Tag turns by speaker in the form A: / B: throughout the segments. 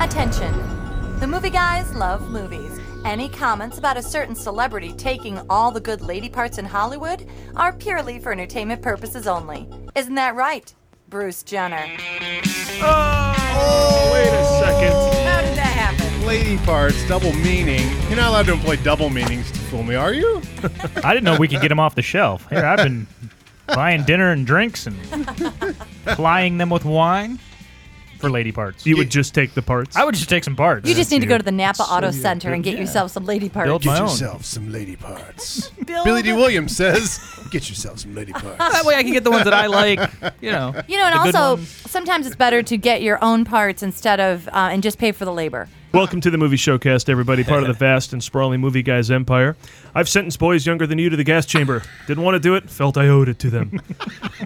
A: Attention! The movie guys love movies. Any comments about a certain celebrity taking all the good lady parts in Hollywood are purely for entertainment purposes only. Isn't that right, Bruce Jenner?
B: Oh, wait a second.
A: How did that happen?
C: Lady parts, double meaning. You're not allowed to employ double meanings to fool me, are you?
D: I didn't know we could get them off the shelf. Here, I've been buying dinner and drinks and plying them with wine for lady parts.
B: You would just take the parts.
D: I would just take some parts.
A: You just need to go to the Napa
D: So
A: Auto
D: you-
A: Center and get
D: yeah.
A: yourself some lady parts.
D: Build my own.
C: some lady parts. Billy D. Williams says, "Get yourself some lady parts."
D: That way I can get the ones that I like. You know.
A: You know, and
D: the good
A: also
D: ones.
A: sometimes it's better to get your own parts instead of uh, and just pay for the labor.
B: Welcome to the Movie Showcast, everybody, part of the vast and sprawling movie guys empire. I've sentenced boys younger than you to the gas chamber. Didn't want to do it, felt I owed it to them.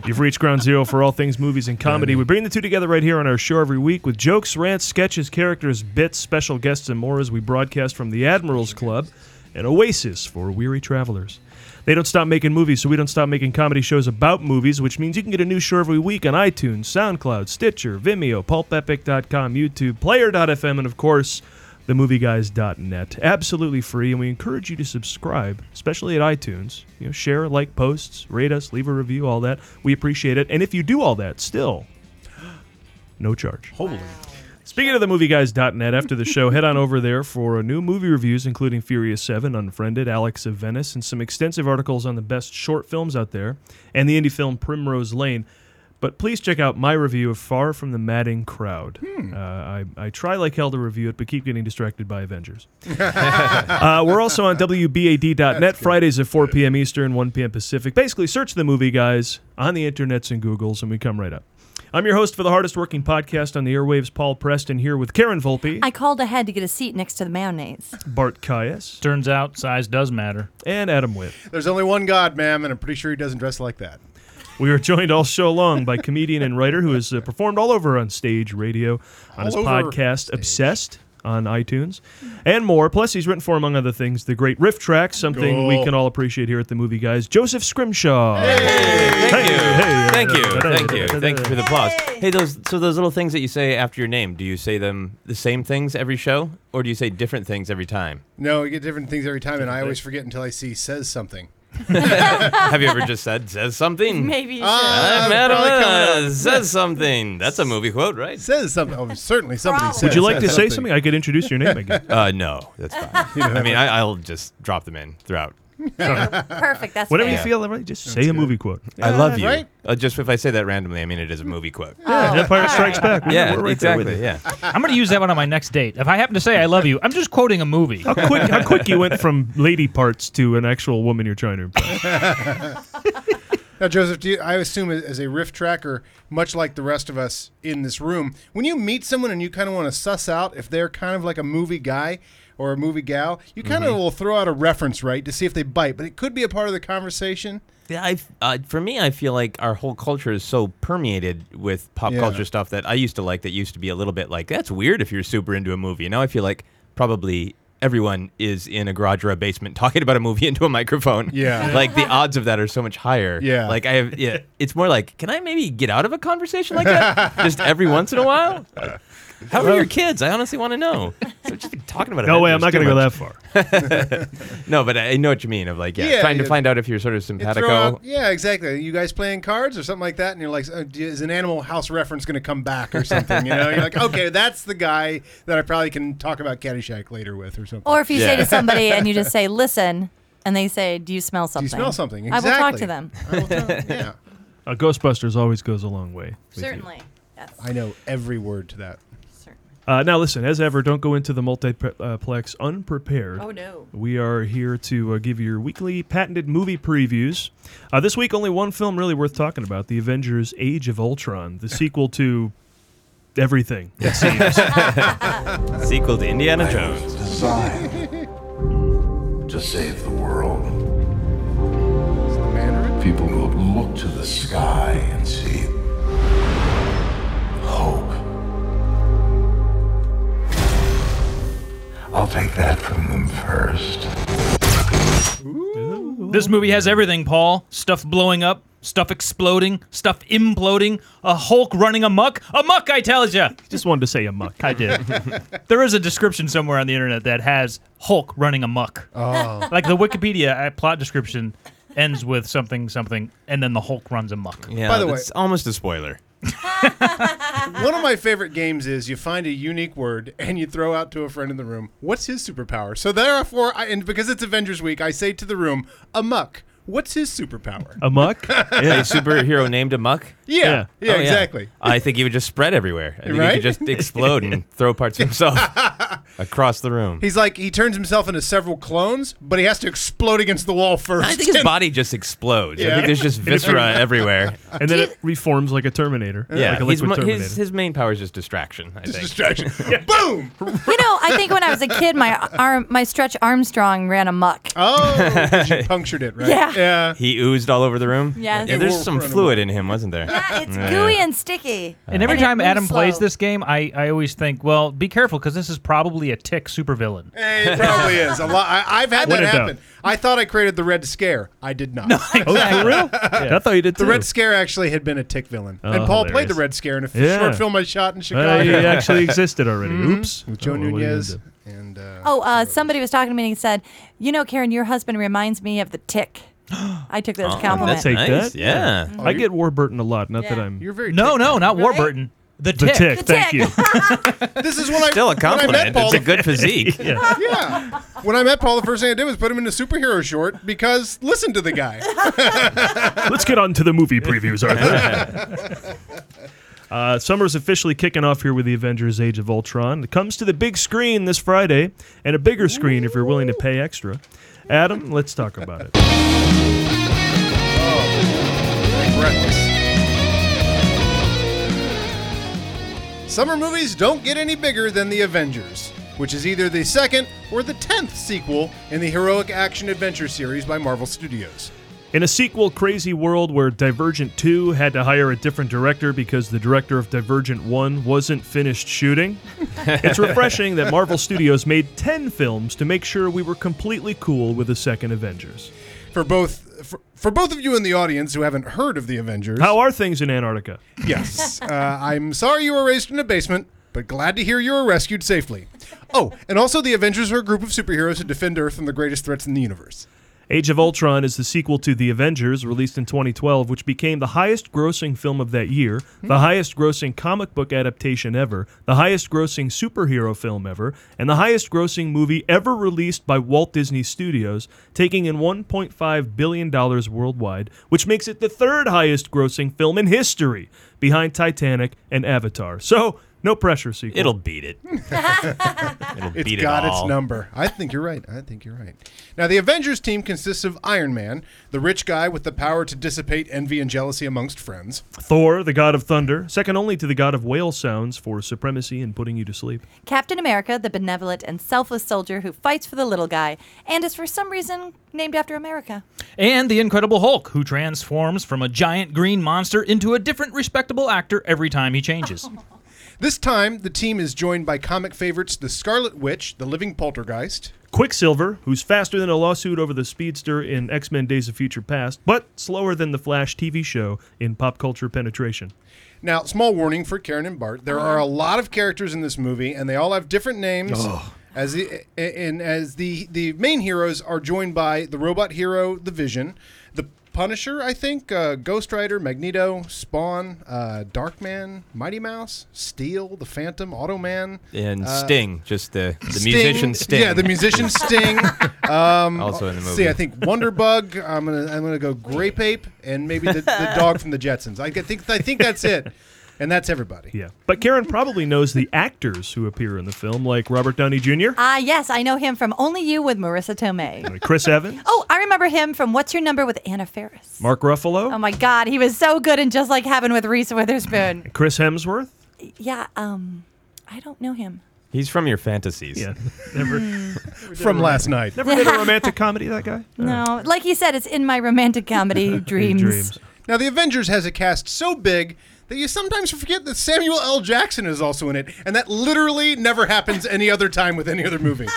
B: You've reached ground zero for all things movies and comedy. We bring the two together right here on our show every week with jokes, rants, sketches, characters, bits, special guests, and more as we broadcast from the Admirals Club, an oasis for weary travelers. They don't stop making movies, so we don't stop making comedy shows about movies, which means you can get a new show every week on iTunes, SoundCloud, Stitcher, Vimeo, pulpepic.com, YouTube, player.fm, and of course, themovieguys.net. Absolutely free, and we encourage you to subscribe, especially at iTunes. You know, share, like posts, rate us, leave a review, all that. We appreciate it. And if you do all that, still, no charge.
C: Holy.
B: Speaking of the movieguys.net, after the show, head on over there for new movie reviews, including Furious 7, Unfriended, Alex of Venice, and some extensive articles on the best short films out there and the indie film Primrose Lane. But please check out my review of Far From the Madding Crowd. Uh, I, I try like hell to review it, but keep getting distracted by Avengers. Uh, we're also on WBAD.net Fridays at 4 p.m. Eastern, 1 p.m. Pacific. Basically, search the movie guys on the internets and Googles, and we come right up. I'm your host for the hardest working podcast on the airwaves, Paul Preston, here with Karen Volpe,
A: I called ahead to get a seat next to the mayonnaise.
B: Bart Caius,
D: Turns out size does matter.
B: and Adam Witt.
C: There's only one God, ma'am, and I'm pretty sure he doesn't dress like that.
B: We are joined all show long by comedian and writer who has uh, performed all over on stage, radio, on his
C: All over
B: podcast
C: stage.
B: Obsessed on iTunes, and more. Plus, he's written for, among other things, the great riff track, something we
C: Cool.
B: can all appreciate here at the Movie Guys, Joseph Scrimshaw.
E: Thank
B: Hey,
E: you.
B: hey,
E: Thank you.
B: hey,
E: Thank you.
B: hey,
E: Thank you for the applause.
A: Yay.
E: Hey, those so those little things that you say after your name, do you say them the same things every show or do you say different things every time?
C: No, we get different things every time, and I always forget until I see says something.
E: Have you ever just said says something?
A: Maybe you
C: Ah,
E: I'm
C: probably coming up.
E: Madam says something. That's a movie quote, right?
C: Says something. Oh, certainly somebody
A: Probably.
C: says.
B: Would you like to say
C: something?
B: something? I could introduce your name again.
E: Uh, no, that's fine. I mean, I, I'll just drop them in throughout.
A: should. Perfect. That's
B: Whatever you
A: fair.
B: feel, right? Just say a movie quote.
E: I love you.
C: right?
E: Uh, just if I say that randomly, I mean it is a movie quote.
B: Yeah,
A: Oh,
B: Empire Strikes Back. We're-
E: yeah,
B: we're right there with
E: exactly.
B: it.
E: Yeah.
D: I'm going to use that one on my next date. If I happen to say I love you, I'm just quoting a movie.
B: How quick, how quick you went from lady parts to an actual woman you're trying to impress.
C: Now, Joseph, do you, I assume as a riff tracker, much like the rest of us in this room, when you meet someone and you kind of want to suss out if they're kind of like a movie guy or a movie gal, you kind of will throw out a reference, right, to see if they bite. But it could be a part of the conversation.
E: Yeah, I, uh, for me, I feel like our whole culture is so permeated with pop
C: Yeah.
E: culture stuff that I used to like. That used to be a little bit like that's weird if you're super into a movie. Now I feel like probably everyone is in a garage or a basement talking about a movie into a microphone.
C: Yeah.
E: like the odds of that are so much higher.
C: Yeah.
E: like I have. Yeah, it's more like can I maybe get out of a conversation like that just every once in a while? How are your kids? I honestly want to know. So just talking about
B: No way, I'm
E: Avengers
B: not
E: too
B: going to go
E: much.
B: that far.
E: No, but I know what you mean. Of like, yeah,
C: Yeah,
E: trying to
C: yeah.
E: find out if you're sort of
C: You throw
E: simpatico.
C: out- yeah, exactly. You guys playing cards or something like that, and you're like, "Oh, do- is an Animal House reference going to come back or something? You know, you're like, okay, that's the guy that I probably can talk about Caddyshack later with or something.
A: Or if you say
E: Yeah.
A: to somebody and you just say, listen, and they say, do you smell
C: do
A: something?
C: you smell something?
A: I will talk
C: Exactly.
A: to them.
C: I will tell them, yeah,
B: Uh, Ghostbusters always goes a long way. with you.
A: Certainly. That's
C: I know every word to that.
A: certain.
B: Uh, now, listen, as ever, don't go into the multiplex unprepared.
A: Oh, no.
B: We are here to uh, give you your weekly patented movie previews. Uh, this week, only one film really worth talking about The Avengers Age of Ultron, the sequel to everything. it seems.
E: Sequel to Indiana Jones.
F: designed to save the world.
C: Mandarin?
F: People will look to the sky and see hope. I'll take that from them first.
D: This movie has everything, Paul. Stuff blowing up, Stuff exploding, stuff imploding, a Hulk running amok. Amok, I tell ya!
B: Just wanted to say a muck.
D: I did. there is a description somewhere on the internet that has Hulk running amok. Oh. Like the Wikipedia uh, plot description ends with something, something, and then the Hulk runs amok.
E: Yeah,
C: By the way-
E: it's almost a spoiler.
C: One of my favorite games is you find a unique word and you throw out to a friend in the room, what's his superpower? So therefore, I, and because it's Avengers week, I say to the room, amuck, what's his superpower?
B: A muck?
E: Yeah. A superhero named Amok.
C: yeah, yeah,
E: Oh,
C: exactly.
E: I think he would just spread everywhere. I think he
C: Right?
E: could just explode and throw parts of himself across the room.
C: He's like, he turns himself into several clones, but he has to explode against the wall first.
E: I think his body just explodes. I
C: Yeah.
E: think there's just viscera everywhere.
B: And then it reforms like a Terminator.
E: Yeah,
B: Like a
E: he's
B: liquid
E: mo-
B: Terminator.
E: his, his main power is just distraction. I
C: It's
E: think.
C: distraction. Boom!
A: You know, I think when I was a kid, my arm, my Stretch Armstrong ran amok.
C: Oh, 'cause you punctured it, right?
A: Yeah.
C: Yeah.
E: he oozed all over the room.
A: Yes.
E: Yeah,
A: It
E: there's
C: will
E: some
C: run him
E: fluid in him, wasn't there?
A: Yeah, it's gooey and sticky.
D: And every
A: And it
D: time
A: moves
D: Adam plays
A: slow.
D: this game, I, I always think, well, be careful because this is probably a tick supervillain.
C: Hey, It probably is. A lot. I, I've had
B: What
C: that
B: a doubt.
C: happen. I thought I created the Red Scare. I did not.
B: oh, for real? I thought you did too.
C: The Red Scare actually had been a tick villain, and
B: Oh,
C: Paul played
B: hilarious.
C: the Red Scare in a f-
B: Yeah.
C: short film I shot in Chicago. Mm-hmm.
B: Uh, he actually existed already. Oops.
C: With Joe
B: Oh, what are you gonna
C: Nunez
B: do?
C: and uh,
A: Oh, uh, somebody was talking to me and he said, "You know, Karen, your husband reminds me of the tick." I took
D: Oh,
A: that as a compliment.
B: Uh-huh. Take
E: Nice,
B: that.
E: Yeah.
B: I get Warburton a lot. Not that
A: Yeah.
B: I'm.
C: Oh, you're very
D: No,
C: tick-
D: no, not
A: Right?
D: Warburton. The
B: the
D: tick.
B: tick. Thank
A: tick.
B: you.
C: This is when I
E: Still a
C: when I met
E: compliment.
C: Paul
E: It's a
C: the-
E: good physique.
C: yeah. When I met Paul, the first thing I did was put him in a superhero short because listen to the guy.
B: Let's get on to the movie previews, Arthur. Uh, summer's officially kicking off here with the Avengers Age of Ultron. It comes to the big screen this Friday, and a bigger screen if you're willing to pay extra. Adam, let's talk about it.
C: Reckless. Summer movies don't get any bigger than The Avengers, which is either the second or the tenth sequel in the heroic action adventure series by Marvel Studios.
B: In a sequel crazy world where Divergent 2 had to hire a different director because the director of Divergent 1 wasn't finished shooting, it's refreshing that Marvel Studios made 10 films to make sure we were completely cool with the second Avengers.
C: For both for, for both of you in the audience who haven't heard of The Avengers,
B: How are things in Antarctica?
C: Yes. Uh, I'm sorry you were raised in a basement, but glad to hear you were rescued safely. Oh, and also the Avengers are a group of superheroes who defend Earth from the greatest threats in the universe.
B: Age of Ultron is the sequel to The Avengers, released in 2012, which became the highest grossing film of that year, the highest grossing comic book adaptation ever, the highest grossing superhero film ever, and the highest grossing movie ever released by Walt Disney Studios, taking in $1.5 billion worldwide, which makes it the third highest grossing film in history, behind Titanic and Avatar. So, no pressure, sequel.
E: It'll beat it. It'll
C: It's
E: beat
C: got
E: it all.
C: its number. I think you're right. I think you're right. Now, the Avengers team consists of Iron Man, the rich guy with the power to dissipate envy and jealousy amongst friends.
B: Thor, the god of thunder, second only to the god of whale sounds for supremacy and putting you to sleep.
A: Captain America, the benevolent and selfless soldier who fights for the little guy and is for some reason named after America.
D: And the Incredible Hulk, who transforms from a giant green monster into a different respectable actor every time he changes.
C: This time, the team is joined by comic favorites the Scarlet Witch, the Living Poltergeist,
B: Quicksilver, who's faster than a lawsuit over the speedster in X Men Days of Future Past, but slower than the Flash TV show in pop culture penetration.
C: Now, small warning for Karen and Bart. There are a
E: Uh-huh.
C: lot of characters in this movie, and they all have different names. As the, and as the the main heroes are joined by the robot hero, the Vision, the Punisher, I think, uh, Ghost Rider, Magneto, Spawn, uh, Darkman, Mighty Mouse, Steel, the Phantom, Automan, uh,
E: And Sting, just the, the
C: Sting-
E: musician Sting.
C: Yeah, the musician Sting. Um,
E: Also in the
C: See,
E: movie.
C: I think Wonderbug. I'm gonna I'm gonna go Grape Ape and maybe the, the dog from the Jetsons. I think I think that's it, and that's everybody.
B: Yeah. But Karen probably knows the actors who appear in the film, like Robert Downey Jr.,
A: Ah, yes, I know him from Only You with Marissa Tomei.
B: Chris Evans,
A: Oh, I remember him from What's Your Number with Anna Faris.
B: Mark Ruffalo,
A: Oh my God, he was so good in Just Like Heaven with Reese Witherspoon.
B: Chris Hemsworth.
A: Yeah, um, I don't know him.
E: He's from your fantasies.
B: Yeah. Never,
G: Hmm.
C: from last night.
B: never did a romantic comedy, that guy?
A: No, like he said, it's in my romantic comedy
B: Big
A: dreams.
C: Now, the Avengers has a cast so big that you sometimes forget that Samuel L. Jackson is also in it, and that literally never happens any other time with any other movie.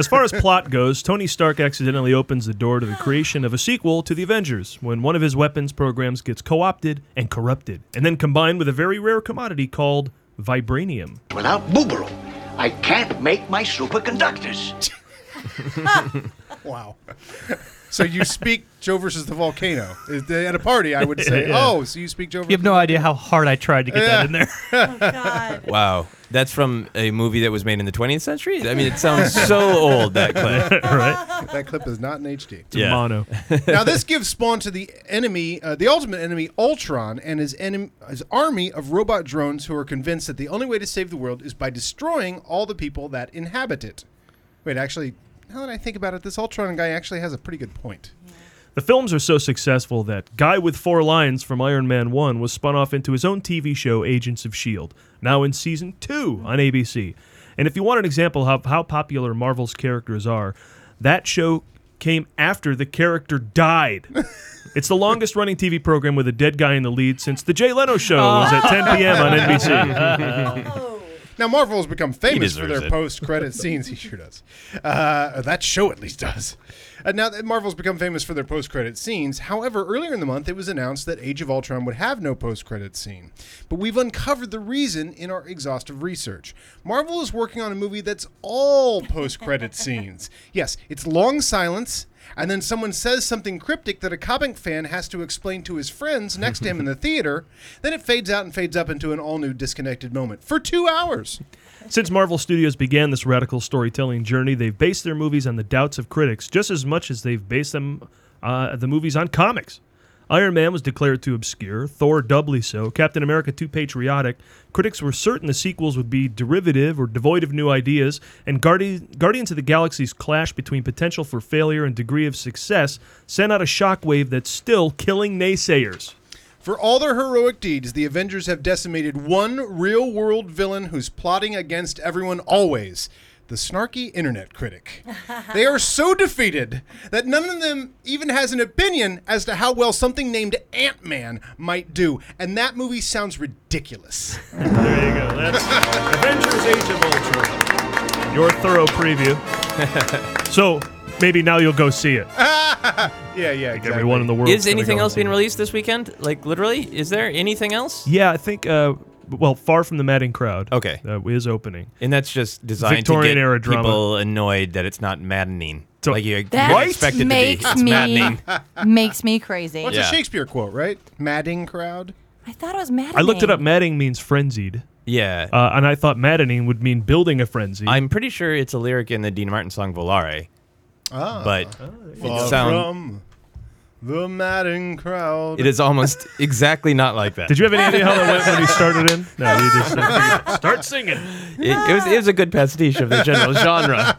B: As far as plot goes, Tony Stark accidentally opens the door to the creation of a sequel to The Avengers when one of his weapons programs gets co opted and corrupted, and then combined with a very rare commodity called vibranium.
H: Without Booberl, I can't make my superconductors.
C: Wow. So you speak Joe versus the volcano Is they- at a party? I would say, oh, so you speak Joe. Eh.
I: You have no idea how hard I tried to get that in there.
G: Oh, God.
E: Wow, that's from a movie that was made in the 20th century. I mean, it sounds so old that clip.
B: right?
C: that clip is not in HD.
B: It's a mono.
C: now this gives spawn to the enemy, uh, the ultimate enemy, Ultron, and his enemy, his army of robot drones who are convinced that the only way to save the world is by destroying all the people that inhabit it. Wait, actually, now that I think about it, this Ultron guy actually has a pretty good point.
B: The films are so successful that Guy with Four Lines from Iron Man 1 was spun off into his own TV show, Agents of S.H.I.E.L.D., E now in season 2 on ABC. And if you want an example of how popular Marvel's characters are, that show came after the character died. It's the longest running TV program with a dead guy in the lead since The Jay Leno Show was at 10 p.m. on NBC.
C: Now Marvel has become famous for
E: deserves
C: their
E: it.
C: post-credit scenes. He sure does. Uh, that show at least does. Uh, now that Marvel's become famous for their post-credit scenes, however, earlier in the month it was announced that Age of Ultron would have no post-credit scene. But we've uncovered the reason in our exhaustive research. Marvel is working on a movie that's all post-credit scenes. Yes, it's long silence. And then someone says something cryptic that a comic fan has to explain to his friends next to him in the theater. Then it fades out and fades up into an all new disconnected moment for two hours.
B: Since Marvel Studios began this radical storytelling journey, they've based their movies on the doubts of critics just as much as they've based them uh, the movies on comics. Iron Man was declared too obscure, Thor doubly so, Captain America too patriotic. Critics were certain the sequels would be derivative or devoid of new ideas, and Guardi- Guardians of the Galaxy's clash between potential for failure and degree of success sent out a shockwave that's still killing naysayers.
C: For all their heroic deeds, the Avengers have decimated one real world villain who's plotting against everyone always the snarky internet critic. they are so defeated that none of them even has an opinion as to how well something named Ant Man might do. And that movie sounds ridiculous.
B: There you go. That's Avengers Age of Ultron. Your thorough preview. so maybe now you'll go see it.
C: Yeah, yeah, exactly.
B: Everyone in the world
E: Is anything else being released this weekend? Like, literally, is there anything else?
B: Yeah, I think. Uh, well, far from the Madden crowd.
E: Okay.
B: uh, is opening.
E: And that's just designed
B: Victorian
E: to get
B: era drama.
E: people annoyed that it's not maddening.
B: So-
E: like you
G: That
E: you expect it to be.
G: makes
E: It's
G: me
E: maddening.
G: makes me crazy.
C: What's
E: Yeah.
C: a Shakespeare quote, right? Madding crowd.
G: I thought it was mad.
B: I looked it up. Madding means frenzied,
E: Yeah.
B: uh, and I thought maddening would mean building a frenzy.
E: I'm pretty sure it's a lyric in the Dean Martin song Volare. but
C: Ah.
B: Ah,
C: Far
E: it, sound,
C: from the madding crowd.
E: it is almost exactly not like that.
B: Did you have any idea how that went when he started in? No, you just said, start singing.
E: It, it was, it was a good pastiche of the general genre.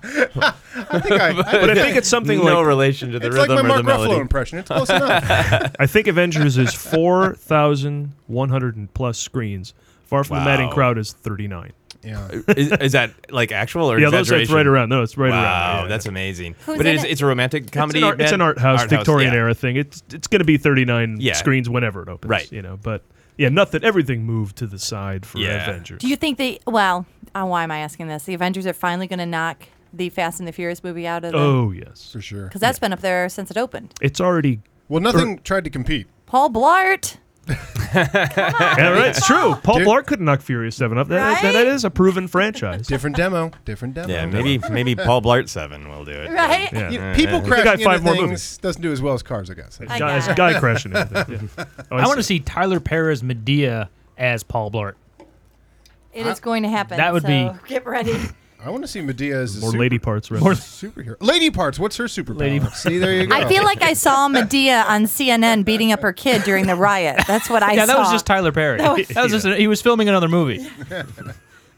C: I think I, I-
B: But I think it's something
E: no
B: like
E: relation to the
C: it's like
E: rhythm
C: my
E: or
C: Mark
E: the melody.
C: Ruffalo impression. It's close enough.
B: I think Avengers is 4,100 and plus screens. Far from the Madden
E: Wow.
B: crowd is 39.
C: Yeah.
E: is, is that like actual or
B: Yeah, those are it's
E: exaggeration?
B: right around. No, it's right
E: Wow,
B: around. Yeah.
E: that's amazing.
G: Who's
E: but it
G: in
E: is,
G: it?
E: it's a romantic
B: It's
E: comedy.
B: an, art, it's
E: Ben?
B: an art house, Victorian
E: yeah.
B: era thing. It's it's going to be 39
E: Yeah.
B: screens whenever it opens.
E: Right.
B: You know, but yeah, nothing. Everything moved to the side for
E: Yeah.
B: Avengers.
G: Do you think they? Well, uh, why am I asking this? The Avengers are finally going to knock the Fast and the Furious movie out of the.
B: oh yes,
C: For sure.
G: Because that's been up there since it opened.
B: it's already.
C: Well, nothing tried to compete.
G: Paul Blart.
B: Yeah, right. It's true. Paul
C: Dude.
B: Blart could knock Furious Seven up. That, that- that
G: Right?
B: is a proven franchise.
C: Different demo. Different demo.
E: Yeah, maybe maybe Paul Blart Seven will do it.
G: Right.
B: Yeah.
C: You- people
B: got
C: crashing
B: five
C: into
B: more
C: things
B: movies.
C: doesn't do as well as cars, I guess.
G: I
B: Guy,
G: got it.
B: guy crashing. Everything. Yeah. Oh,
I: I want to
B: see.
I: see Tyler Perez Medea as Paul Blart.
G: It is going to happen.
I: That would
G: so
I: be-
G: Get ready.
C: I want to see Medea as a
B: more
C: super-
B: lady parts. rather.
C: superhero. Lady parts. What's her superpower?
I: Lady parts.
C: see, there you go.
G: I feel like I saw Medea on CNN beating up her kid during the riot. That's what I
I: yeah,
G: saw.
I: that was just Tyler Perry. That was, just an, he was filming another movie.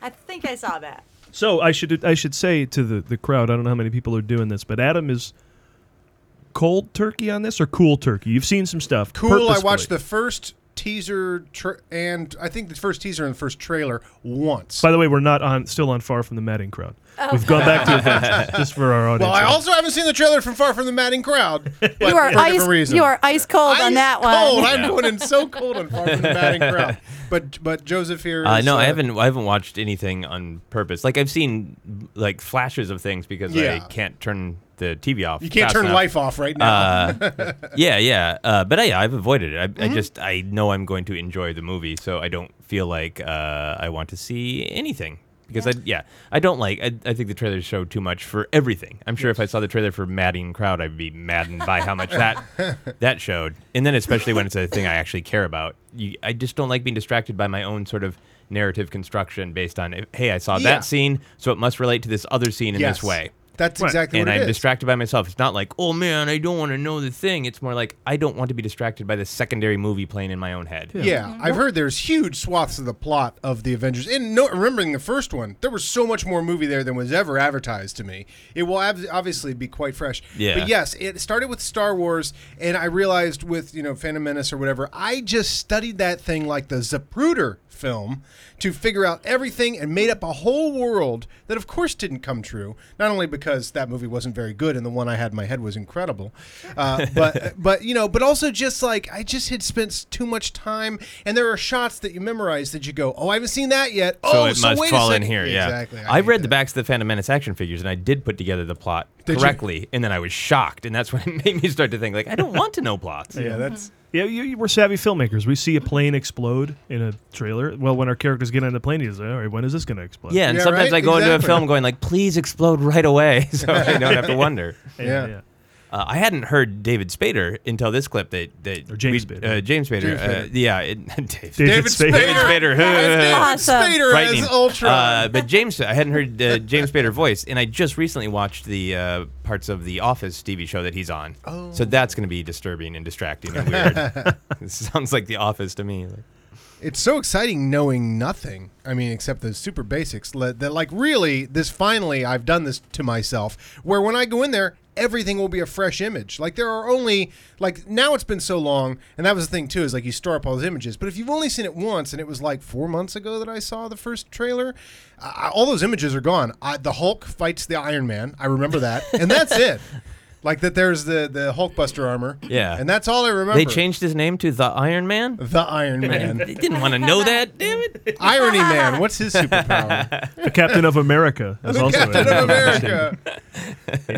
G: I think I saw that.
B: So I should I should say to the, the crowd, I don't know how many people are doing this, but Adam is cold turkey on this or cool turkey. You've seen some stuff.
C: cool. I
B: purposefully.
C: watched the first teaser tr and I think the first teaser and the first trailer once.
B: By the way, we're not on still on far from the matting crowd. We've gone back to events just for our audience.
C: well, I also haven't seen the trailer from Far from the Madding Crowd. But
A: You are
C: for a
A: ice.
C: different reason.
A: You are ice cold
C: Ice
A: on that
C: cold.
A: one.
C: I'm going in so cold on Far from the Madding Crowd. But but Joseph here.
E: Uh,
C: is,
E: no, I haven't. I haven't watched anything on purpose. Like I've seen like flashes of things because
C: Yeah.
E: I can't turn the TV off.
C: You can't
E: fast
C: turn
E: enough.
C: life off right now. Mm-hmm.
E: Yeah, yeah. Uh, but I, I've avoided it. I, I just I know I'm going to enjoy the movie, so I don't feel like uh, I want to see anything because I yeah I don't like. I, I think the trailers show too much for everything. I'm sure if I saw the trailer for Madding Crowd, I'd be maddened by how much that that showed. And then especially when it's a thing I actually care about, you, I just don't like being distracted by my own sort of narrative construction based on hey I saw
C: Yeah.
E: that scene, so it must relate to this other scene in this way
C: That's
B: Right.
C: exactly
E: and
C: what it
E: I'm
C: is.
E: distracted by myself. It's not like, oh man, I don't want to know the thing. It's more like I don't want to be distracted by the secondary movie playing in my own head.
C: Yeah, I've heard there's huge swaths of the plot of the Avengers. And no, remembering the first one, there was so much more movie there than was ever advertised to me. It will ab- obviously be quite fresh.
E: Yeah.
C: But yes, it started with Star Wars, and I realized with you know Phantom Menace or whatever, I just studied that thing like the Zapruder film to figure out everything and made up a whole world that of course didn't come true not only because that movie wasn't very good and the one i had in my head was incredible uh, but but you know but also just like i just had spent too much time and there are shots that you memorize that you go oh i haven't seen that yet
E: So
C: oh
E: it
C: so
E: must
C: wait a
E: fall in
C: second."
E: here. Yeah.
C: exactly
E: I,
C: hate
E: read
C: that.
E: the backs of the Phantom Menace action figures and I did put together the plot
C: Did you?
E: correctly, and then I was shocked, and that's when it made me start to think like I don't want to know plots.
C: yeah that's
B: Yeah, you, you, we're savvy filmmakers. We see a plane explode in a trailer. Well, when our characters get on the plane, he's like, all right, when is this going to explode?
E: Yeah, and
C: Yeah,
E: sometimes
C: right?
E: I go into a
C: Exactly.
E: film going like, please explode right away, so I don't have to wonder.
C: Yeah.
E: Uh, I hadn't heard David Spader until this clip that that
B: Or James
E: we-
B: Spader.
E: Uh, James Spader.
C: James
E: Uh,
C: Spader.
E: yeah, it, Dave.
B: David
C: David
B: Spade.
C: Spade.
E: Spader.
A: Awesome.
C: Spader
E: frightening.
C: as Ultron.
E: Uh, but James, I hadn't heard uh, James Spader voice, and I just recently watched the uh, parts of the Office TV show that he's on. Oh. So that's going to be disturbing and distracting and weird. it sounds like the Office to me. Like,
C: It's so exciting knowing nothing. I mean, except the super basics. le- That, like, really, this finally, I've done this to myself. Where when I go in there, everything will be a fresh image. Like, there are only, like, now it's been so long. And that was the thing, too, is like you store up all those images. But if you've only seen it once, and it was like four months ago that I saw the first trailer, I, I- all those images are gone. I, the Hulk fights the Iron Man. I remember that. And that's it. Like, that there's the, the Hulkbuster armor.
E: Yeah.
C: And that's all I remember.
E: they changed his name to the Iron Man.
C: the Iron
E: I didn't,
C: Man.
E: they didn't want to know that. Damn it.
C: Irony Man. What's his superpower?
B: The Captain of America is also
C: Captain
B: in
C: of
B: it.
C: America.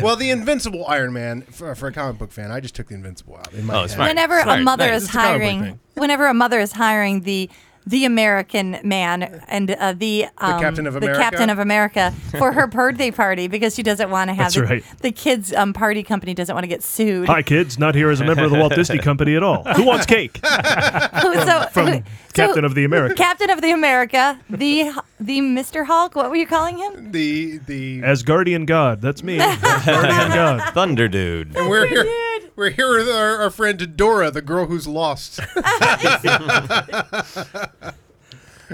C: well, the Invincible Iron Man for, for a comic book fan. I just took the Invincible out in my
E: Oh,
C: head.
E: smart.
A: Whenever
E: Sorry,
A: a mother
E: nice.
A: is
C: It's a comic book
A: hiring,
C: thing.
A: whenever a mother is hiring the the American man and uh, the, um,
C: Captain of
A: the
C: America?
A: Captain of America for her birthday party because she doesn't want to have
B: That's
A: the,
B: right.
A: the kids um, party company doesn't want to get sued.
B: Hi, kids. Not here as a member of the Walt Disney Company at all. Who wants cake?
A: so,
B: From Captain of the America.
A: Captain of the America, the the Mr. Hulk. What were you calling him?
C: The the
B: As guardian god. That's me. As guardian god.
E: Thunder Dude.
C: and we're here. We're here with our, our friend Dora, the girl who's lost.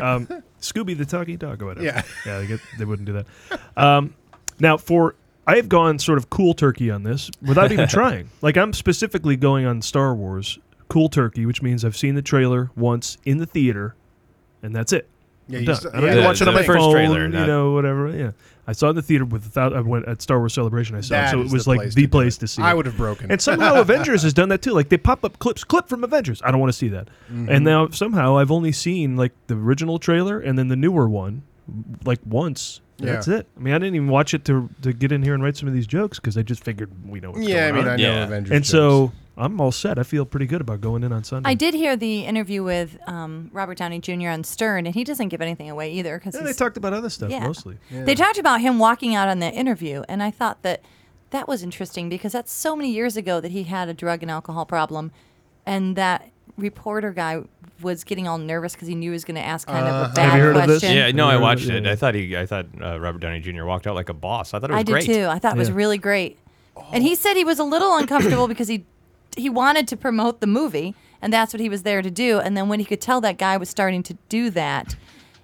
B: Um, Scooby the talking dog or whatever.
C: Yeah.
B: Yeah, they, get, they wouldn't do that. Um, now, for. I have gone sort of cool turkey on this without even trying. Like, I'm specifically going on Star Wars cool turkey, which means I've seen the trailer once in the theater, and that's it.
C: Yeah,
B: I'm
C: you
B: done.
C: st-
B: I don't
C: yeah,
B: even watch it on
E: the
B: my
E: first
B: phone,
E: trailer,
B: you
E: not-
B: know, whatever. Yeah, I saw it in the theater without. I went at Star Wars Celebration. I saw, it,
C: That
B: so
C: is
B: it was
C: the
B: like
C: place
B: the
C: to do
B: place
C: it.
B: to see.
C: I
B: it.
C: would have broken.
B: And somehow Avengers has done that too. Like they pop up clips, clip from Avengers. I don't want to see that.
C: Mm-hmm.
B: And now somehow I've only seen like the original trailer and then the newer one, like once. and
C: Yeah.
B: That's it. I mean, I didn't even watch it to to get in here and write some of these jokes because I just figured we know. What's
C: yeah, I
B: going
C: mean,
B: on.
C: I know
E: Yeah.
C: Avengers.
B: and
C: jokes.
B: so I'm all set. I feel pretty good about going in on Sunday.
A: I did hear the interview with um, Robert Downey Jr. on Stern, and he doesn't give anything away either because
B: Yeah, they talked about other stuff mostly.
A: They talked about him walking out on that interview, and I thought that that was interesting because that's so many years ago that he had a drug and alcohol problem, and that reporter guy was getting all nervous because he knew he was going to ask kind of a bad
B: Have you heard of
A: question.
B: this?
E: Yeah, no, I
B: Yeah,
E: watched
B: yeah,
E: it.
B: yeah.
E: I thought he, I thought uh, Robert Downey Jr. walked out like a boss. I thought it was
A: I did
E: great.
A: too. I thought it was
B: Yeah.
A: really great, and he said he was a little uncomfortable because he he wanted to promote the movie, and that's what he was there to do. And then when he could tell that guy was starting to do that,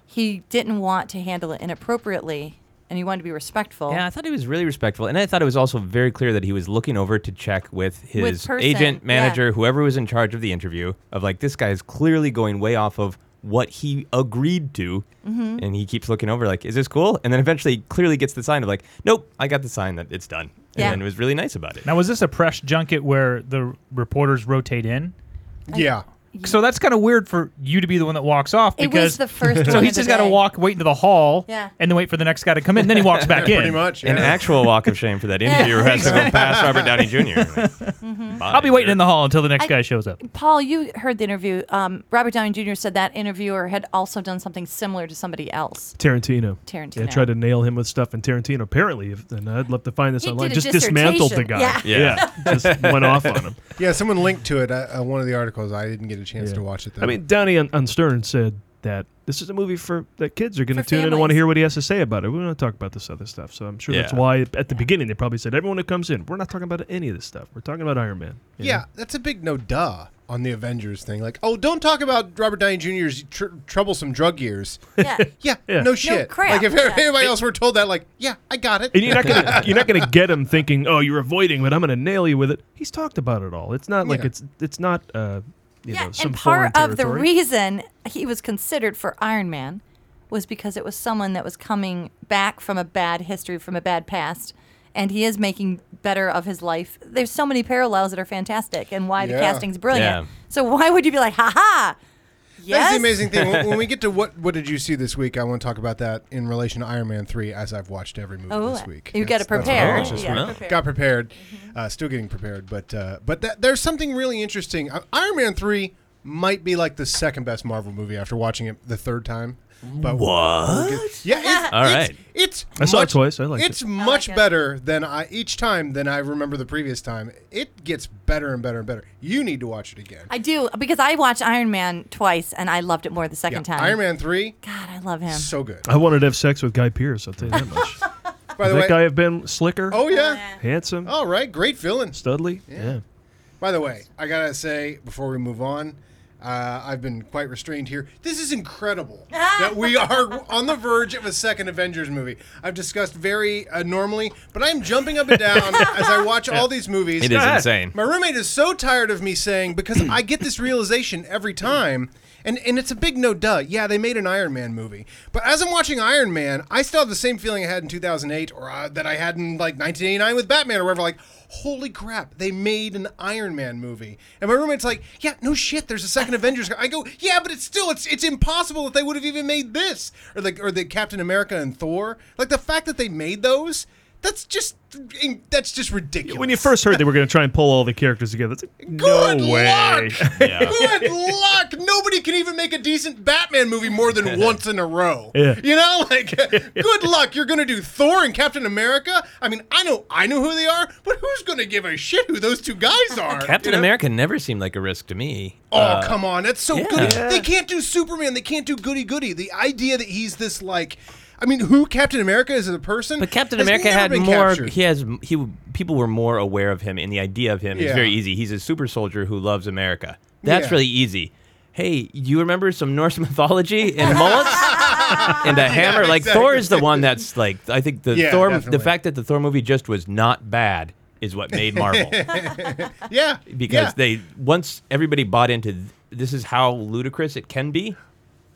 A: he didn't want to handle it inappropriately. and he wanted to be respectful.
E: Yeah, I thought he was really respectful, and I thought it was also very clear that he was looking over to check with his
A: person,
E: agent,
A: yeah.
E: manager, whoever was in charge of the interview, of like this guy is clearly going way off of what he agreed to,
A: Mm-hmm.
E: and he keeps looking over like, is this cool? And then eventually, he clearly gets the sign of like, nope, I got the sign that it's done, and
A: Yeah.
E: then was really nice about it.
I: Now, was this a press junket where the reporters rotate in?
C: yeah.
I: So that's kind of weird for you to be the one that walks off
A: It
I: because
A: was the first
I: so
A: one
I: he's
A: of the
I: just got to
A: day.
I: walk, wait into the hall,
A: Yeah.
I: and then wait for the next guy to come in. Then he walks back in.
C: Pretty much.
E: An
C: yeah.
E: actual walk of shame for that interviewer who has to go past Robert Downey Jr.
C: Mm-hmm.
I: I'll be waiting in the hall until the next guy shows up.
A: Paul, you heard the interview. Um, Robert Downey Jr. said that interviewer had also done something similar to somebody else.
B: Tarantino.
A: Tarantino.
B: Yeah, tried to nail him with stuff, and Tarantino apparently, if, and I'd love to find this
A: He
B: online,
A: did a
B: just dismantled the guy.
A: dissertation.
E: Yeah.
B: just went off on him.
C: Yeah, someone linked to it. Uh, uh, one of the articles. I didn't get a chance to watch it. Though.
B: I mean, Downey on, on Stern said that this is a movie for that kids are going to
A: For
B: tune in and want to
A: families.
B: hear what he has to say about it. We want to talk about this other stuff, so I'm sure that's
E: Yeah.
B: why at the beginning they probably said everyone who comes in, we're not talking about any of this stuff. We're talking about Iron Man. you
C: yeah,
B: know?
C: that's a big no duh on the Avengers thing. Like, oh, don't talk about Robert Downey Jr.'s tr- troublesome drug years.
A: Yeah.
C: Yeah,
B: Yeah.
C: no shit.
A: crap,
C: Like if
A: yeah.
C: anybody else were told that, like, yeah, I got it.
B: And you're not gonna you're not gonna get him thinking, oh, you're avoiding, but I'm gonna nail you with it. He's talked about it all. It's not like
C: Yeah.
B: it's it's not uh, you
A: yeah.
B: know some
A: and part
B: foreign
A: of the
B: territory.
A: reason he was considered for Iron Man was because it was someone that was coming back from a bad history, from a bad past, and he is making better of his life. There's so many parallels that are fantastic, and why
C: Yeah.
A: the casting's brilliant.
E: Yeah.
A: So why would you be like, ha ha?
C: That's the
A: Yes.
C: amazing thing. When, when we get to what what did you see this week, I want to talk about that in relation to Iron Man three, as I've watched every movie
A: Oh,
C: this week.
A: you gotta
C: That's- that's what I
A: prepare.
C: watched this
A: Yeah,
C: week.
A: prepare. Mm-hmm.
C: Got prepared. Uh, still getting prepared, but uh, but that, there's something really interesting. Uh, Iron Man three might be like the second best Marvel movie after watching it the third time. But
E: What?
C: Yeah, it's,
E: All
C: it's-
E: right.
C: It's
B: I saw it
C: much-
B: twice. I liked it.
C: It's much better than I each time than I remember the previous time. It gets better and better and better. You need to watch it again.
A: I do because I watched Iron Man twice and I loved it more the second time.
C: Iron Man three,
A: God, I love him.
C: so good.
B: I wanted to have sex with Guy Pearce. I'll tell you that much.
C: By the
B: that
C: way,
B: guy have been slicker,
C: oh yeah, Oh,
B: handsome,
C: all right, great villain.
B: studly. Yeah.
C: By the way, I gotta say before we move on. Uh, I've been quite restrained here. This is incredible that we are on the verge of a second Avengers movie. I've discussed very uh, normally, but I'm jumping up and down as I watch all these movies.
E: It is insane.
C: My roommate is so tired of me saying because I get this realization every time, and and it's a big no duh. Yeah, they made an Iron Man movie, but as I'm watching Iron Man, I still have the same feeling I had in 2008 or uh, that I had in like 1989 with Batman or wherever. Like, holy crap, they made an Iron Man movie, and my roommate's like, yeah, no shit, there's a second Avengers. I go, yeah, but it's still it's it's impossible that they would have even made this or like or the Captain America and Thor. Like the fact that they made those. That's just that's just ridiculous.
B: When you first heard they were going to try and pull all the characters together, it's like,
C: Good
B: no way.
C: luck!
E: Yeah.
C: Good luck! Nobody can even make a decent Batman movie more than once in a row.
B: Yeah.
C: You know, like, good luck. You're gonna do Thor and Captain America. I mean, I know, I know who they are, but who's gonna give a shit who those two guys are?
E: Oh, Captain
C: you know?
E: America never seemed like a risk to me. Uh,
C: Oh, come on. That's so
E: yeah.
C: good. They can't do Superman. They can't do Goody Goody. The idea that he's this, like, I mean, who Captain America is as a person?
E: But Captain
C: has
E: America
C: never
E: had
C: been
E: more.
C: captured.
E: He has he. People were more aware of him, and the idea of him is
C: Yeah.
E: very easy. He's a super soldier who loves America. That's
C: Yeah.
E: really easy. Hey, you remember some Norse mythology and mullets and a hammer? like Thor is the one that's like I think the
C: Yeah,
E: Thor.
C: definitely.
E: The fact that the Thor movie just was not bad is what made Marvel
C: yeah.
E: because
C: yeah.
E: they once everybody bought into th- this is how ludicrous it can be,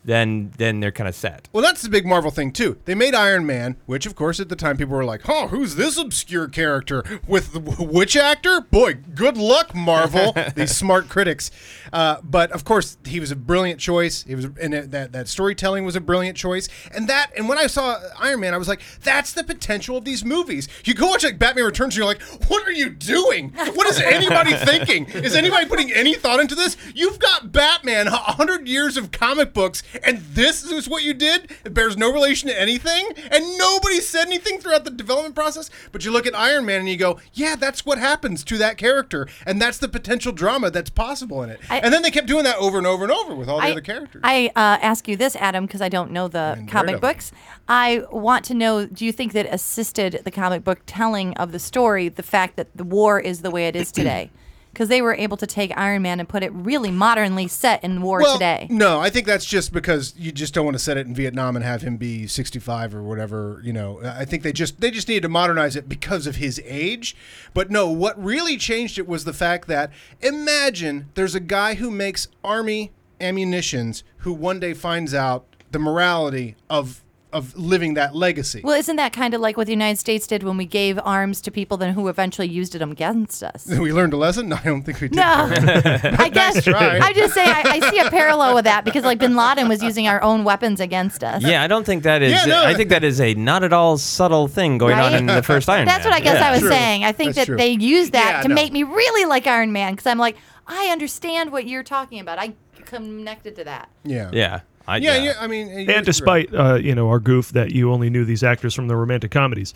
E: then then they're kind of set.
C: Well, that's the big Marvel thing too. They made Iron Man, which of course at the time people were like, "Oh, who's this obscure character with the, which actor?" Boy, good luck, Marvel. These smart critics. Uh, but of course, he was a brilliant choice. He was, and that- that that storytelling was a brilliant choice. And that, and when I saw Iron Man, I was like, "That's the potential of these movies." You go watch like Batman Returns, and you're like, "What are you doing? What is anybody thinking? Is anybody putting any thought into this? You've got Batman, a hundred years of comic books, and this is what you did. It bears no relation to anything, and nobody said anything throughout the development process. But you look at Iron Man and you go, yeah, that's what happens to that character, and that's the potential drama that's possible in it.
A: I-
C: and then they kept doing that over and over and over with all the other characters.
A: I uh, ask you this, Adam, because I don't know the
C: Daredevil.
A: comic books. I want to know: Do you think that assisted the comic book telling of the story the fact that the war is the way it is today? because they were able to take Iron Man and put it really modernly set in war
C: well,
A: today.
C: No, I think that's just because you just don't want to set it in Vietnam and have him be 65 or whatever. You know, I think they just they just needed to modernize it because of his age. But no, what really changed it was the fact that imagine there's a guy who makes army ammunitions who one day finds out the morality of of living that legacy.
A: Well, isn't that kind of like what the United States did when we gave arms to people then who eventually used it against us?
C: we learned a lesson. I don't think we did.
A: No, I guess
C: try.
A: I just say I, I see a parallel with that because like Bin Laden was using our own weapons against us.
E: Yeah, I don't think that is.
C: Yeah, no.
E: I think that is a not at all subtle thing going on
A: Right?
E: in the first Iron
A: That's
E: Man.
A: what I guess
E: Yeah.
A: I was
C: True.
A: saying. I think
C: That's
A: that
C: true.
A: they use that
C: Yeah,
A: to
C: no.
A: make me really like Iron Man because I'm like, I understand what you're talking about. I connected to that.
C: Yeah.
E: Yeah. I,
C: Yeah, yeah, I mean, you're- you're
B: And despite uh, you know our goof that you only knew these actors from the romantic comedies,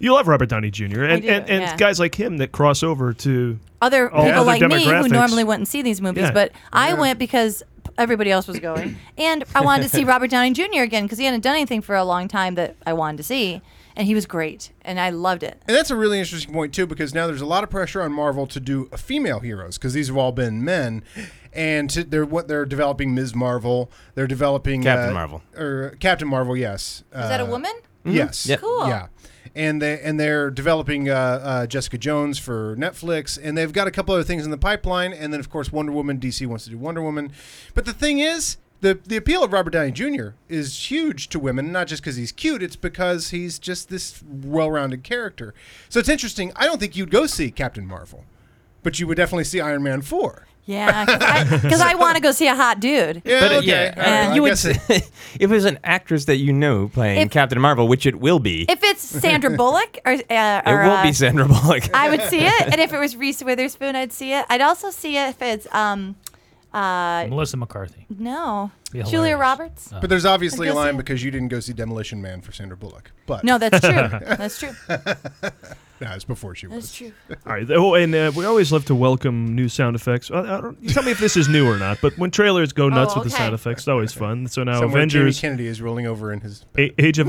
B: you love Robert Downey Jr. and
A: do,
B: and, and
A: yeah.
B: guys like him that cross over to
A: Other
B: All
A: people
B: other
A: like me who
B: demographics.
A: normally wouldn't see these movies,
B: Yeah.
A: but I went because everybody else was going, and I wanted to see Robert Downey Jr. again because he hadn't done anything for a long time that I wanted to see, and he was great, and I loved it.
C: And that's a really interesting point too, because now there's a lot of pressure on Marvel to do a female heroes, because these have all been men, and to, they're what they're developing Ms. Marvel, they're developing
E: Captain
C: uh,
E: Marvel.
C: or Captain Marvel, yes.
A: Is that a woman?
C: Yes.
E: Yep.
A: Cool.
C: Uh, Mm-hmm. Yeah. And they and they're developing uh, uh, Jessica Jones for Netflix, and they've got a couple other things in the pipeline, and then of course Wonder Woman. DC wants to do Wonder Woman, but the thing is, the the appeal of Robert Downey Jr. is huge to women, not just because he's cute, it's because he's just this well-rounded character. So it's interesting. I don't think you'd go see Captain Marvel, but you would definitely see Iron Man four.
A: Yeah, because I, want to go see a hot dude.
C: Yeah,
E: But uh,
C: okay.
E: yeah,
C: All right,
E: uh,
C: I
E: you would.
C: guess it-
E: say- if it was an actress that you knew playing
A: If-
E: Captain Marvel, which it will be,
A: If it's Sandra Bullock or, uh,
E: it
A: or,
E: won't
A: uh,
E: be Sandra Bullock.
A: I would see it, and if it was Reese Witherspoon, I'd see it. I'd also see it if it's um, uh,
I: Melissa McCarthy.
A: no,
I: Be
A: Julia
I: hilarious. Oh.
A: Roberts.
B: Oh.
C: but there's obviously
A: I'd
C: a
A: go see
C: line
A: it.
C: because you didn't go see Demolition Man for Sandra Bullock, but
A: No, that's true. That's true.
C: that was before she was.
A: That's true.
B: All right. Oh, and uh, we always love to welcome new sound effects. I, I don't, you tell me if this is new or not, but when trailers go nuts with the
A: Oh, okay.
B: sound effects, it's always fun. So now
C: Somewhere Jamie
B: Avengers
C: Kennedy is rolling over in his
B: A- Age of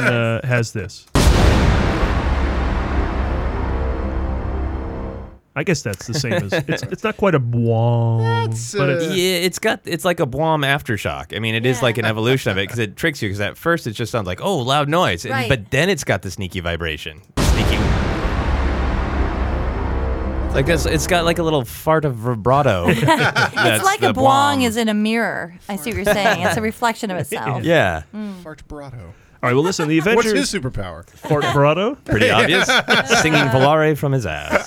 B: uh, has this. I guess that's the same as it's, it's not quite a bwong,
C: That's,
B: but it's,
C: uh,
E: yeah, it's got it's like a Blom aftershock. I mean, it is
A: Yeah.
E: like an evolution of it because it tricks you. Because at first it just sounds like oh loud noise, and-
A: Right.
E: but then it's got the sneaky vibration. Sneaky. Like it's, it's got like a little fart of vibrato.
C: Oh.
A: It's like a blong is in a mirror. I see what you're saying. It's a reflection of itself. Mm.
E: Yeah,
C: Fart Brato.
B: all right. Well, listen, the
C: What's
B: Avengers
C: his superpower?
B: Fort Barato.
E: pretty obvious. Singing Volare from his ass.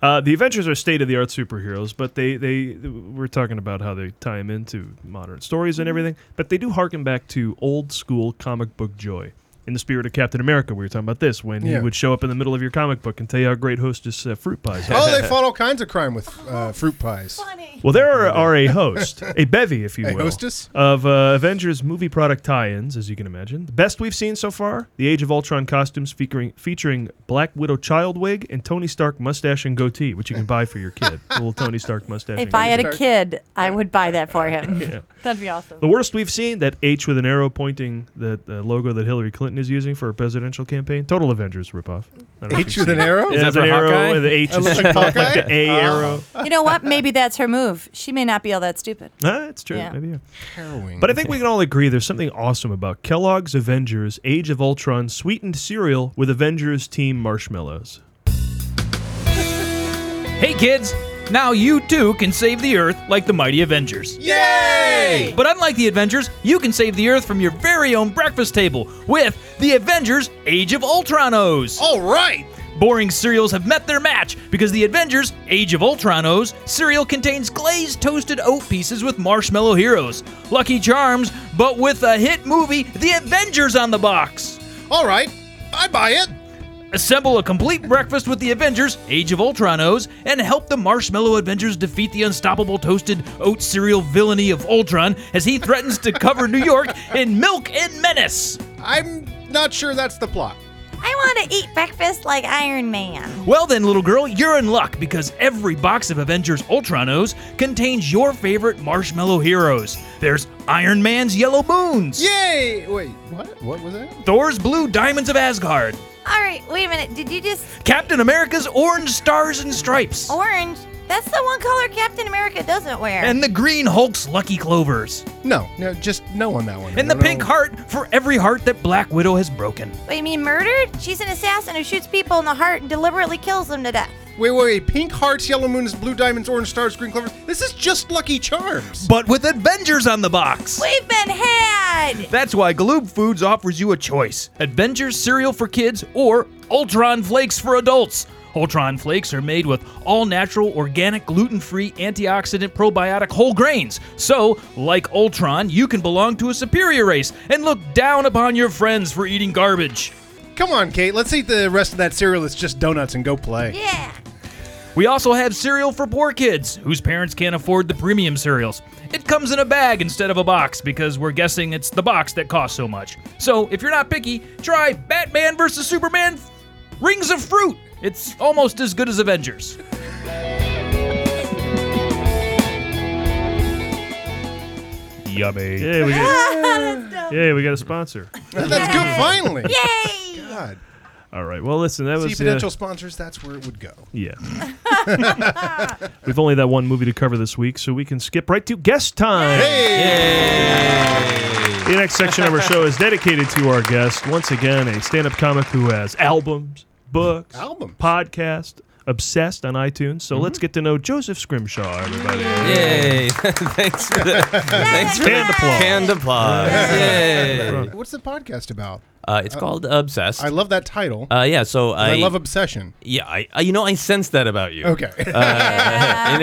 B: Uh, the Avengers are state of the art superheroes, but they, they we're talking about how they tie them into modern stories
C: Mm-hmm.
B: and everything. But they do harken back to old school comic book joy. In the spirit of Captain America, we were talking about this when
C: Yeah.
B: he would show up in the middle of your comic book and tell you how great hostess uh, fruit pies. are.
C: Oh, they fought all kinds of crime with uh, fruit pies.
A: Oh, Funny.
B: Well, there are, are a host, a bevy, if you
C: A
B: will,
C: hostess?
B: of uh, Avengers movie product tie-ins, as you can imagine. The best we've seen so far: the Age of Ultron costumes featuring featuring Black Widow child wig and Tony Stark mustache and goatee, which you can buy for your kid. A little Tony Stark mustache. and
A: If I had a
C: Start-
A: kid, I would buy that for him. That'd be awesome.
B: The worst we've seen that H with an arrow pointing the, the logo that Hillary Clinton is using for her presidential campaign. Total Avengers ripoff. I don't know if
C: H
B: you've
C: with an
B: seen it.
C: arrow?
B: Yeah,
E: that
B: it's
E: for
B: an
E: Hawkeye?
B: arrow and the H is
C: Like Hawkeye? Oh.
B: the A arrow.
A: You know what? Maybe that's her move. She may not be all that stupid.
B: Ah, it's true.
A: Yeah.
B: Maybe. yeah.
C: Harrowing.
B: But I think we can all agree there's something awesome about Kellogg's Avengers Age of Ultron sweetened cereal with Avengers team marshmallows.
I: Hey kids, now you too can save the Earth like the mighty Avengers.
C: Yay!
I: But unlike the Avengers, you can save the Earth from your very own breakfast table with the Avengers Age of Ultronos.
C: All right.
I: Boring cereals have met their match because the Avengers Age of Ultronos cereal contains glazed toasted oat pieces with marshmallow heroes, Lucky Charms, but with a hit movie, The Avengers on the box.
C: All right. I buy it.
I: Assemble a complete breakfast with the Avengers, Age of Ultronos, and help the Marshmallow Avengers defeat the unstoppable toasted oat cereal villainy of Ultron as he threatens to cover New York in milk and menace.
C: I'm not sure that's the plot.
A: I want to eat breakfast like Iron Man.
I: Well then, little girl, you're in luck because every box of Avengers Ultronos contains your favorite marshmallow heroes. There's Iron Man's Yellow Moons,
C: Yay! Wait, what? What was that?
I: Thor's Blue Diamonds of Asgard,
A: All right, wait a minute. Did you just
I: Captain America's Orange Stars and Stripes,
A: orange? That's the one color Captain America doesn't wear.
I: and the Green Hulk's Lucky Clovers,
C: No, no, just no on that one.
I: and the
C: I don't
I: Pink
C: know.
I: Heart for every heart that Black Widow has broken.
A: What, you mean murdered? She's an assassin who shoots people in the heart and deliberately kills them to death.
C: Wait, wait, wait. Pink hearts, yellow moons, blue diamonds, orange stars, green clovers. This is just Lucky Charms.
I: But with Avengers on the box!
A: We've been had.
I: That's why Galoob Foods offers you a choice Adventure cereal for kids or Ultron Flakes for adults. Ultron Flakes are made with all natural, organic, gluten free, antioxidant, probiotic whole grains. So, like Ultron, you can belong to a superior race and look down upon your friends for eating garbage.
C: Come on, Kate. Let's eat the rest of that cereal that's just donuts and go play.
A: Yeah.
I: We also have cereal for poor kids whose parents can't afford the premium cereals. It comes in a bag instead of a box because we're guessing it's the box that costs so much. So if you're not picky, try Batman vs. Superman F- Rings of Fruit. It's almost as good as Avengers. Yummy.
B: Yeah, we got. yeah, we got a sponsor.
C: That's good, finally.
A: Yay.
C: God.
B: All right. Well, listen, that
C: See,
B: was uh,
C: potential sponsors, that's where it would go.
B: yeah. We've only that one movie to cover this week, so we can skip right to guest time. The next section of our show is dedicated to our guest, once again, a stand up comic who has albums, books,
C: Albums. Mm-hmm.
B: podcast, obsessed on iTunes. So let's get to know Joseph Scrimshaw, everybody.
E: Yay! Thanks for the thanks for the
B: Canned applause.
E: Canned applause. Yay!
C: What's the podcast about?
E: Uh, it's called Obsessed.
C: I love that title.
E: uh, yeah, so I,
C: I, love obsession.
E: Yeah, I, I you know I sense that about you. Uh,
C: Okay.
E: in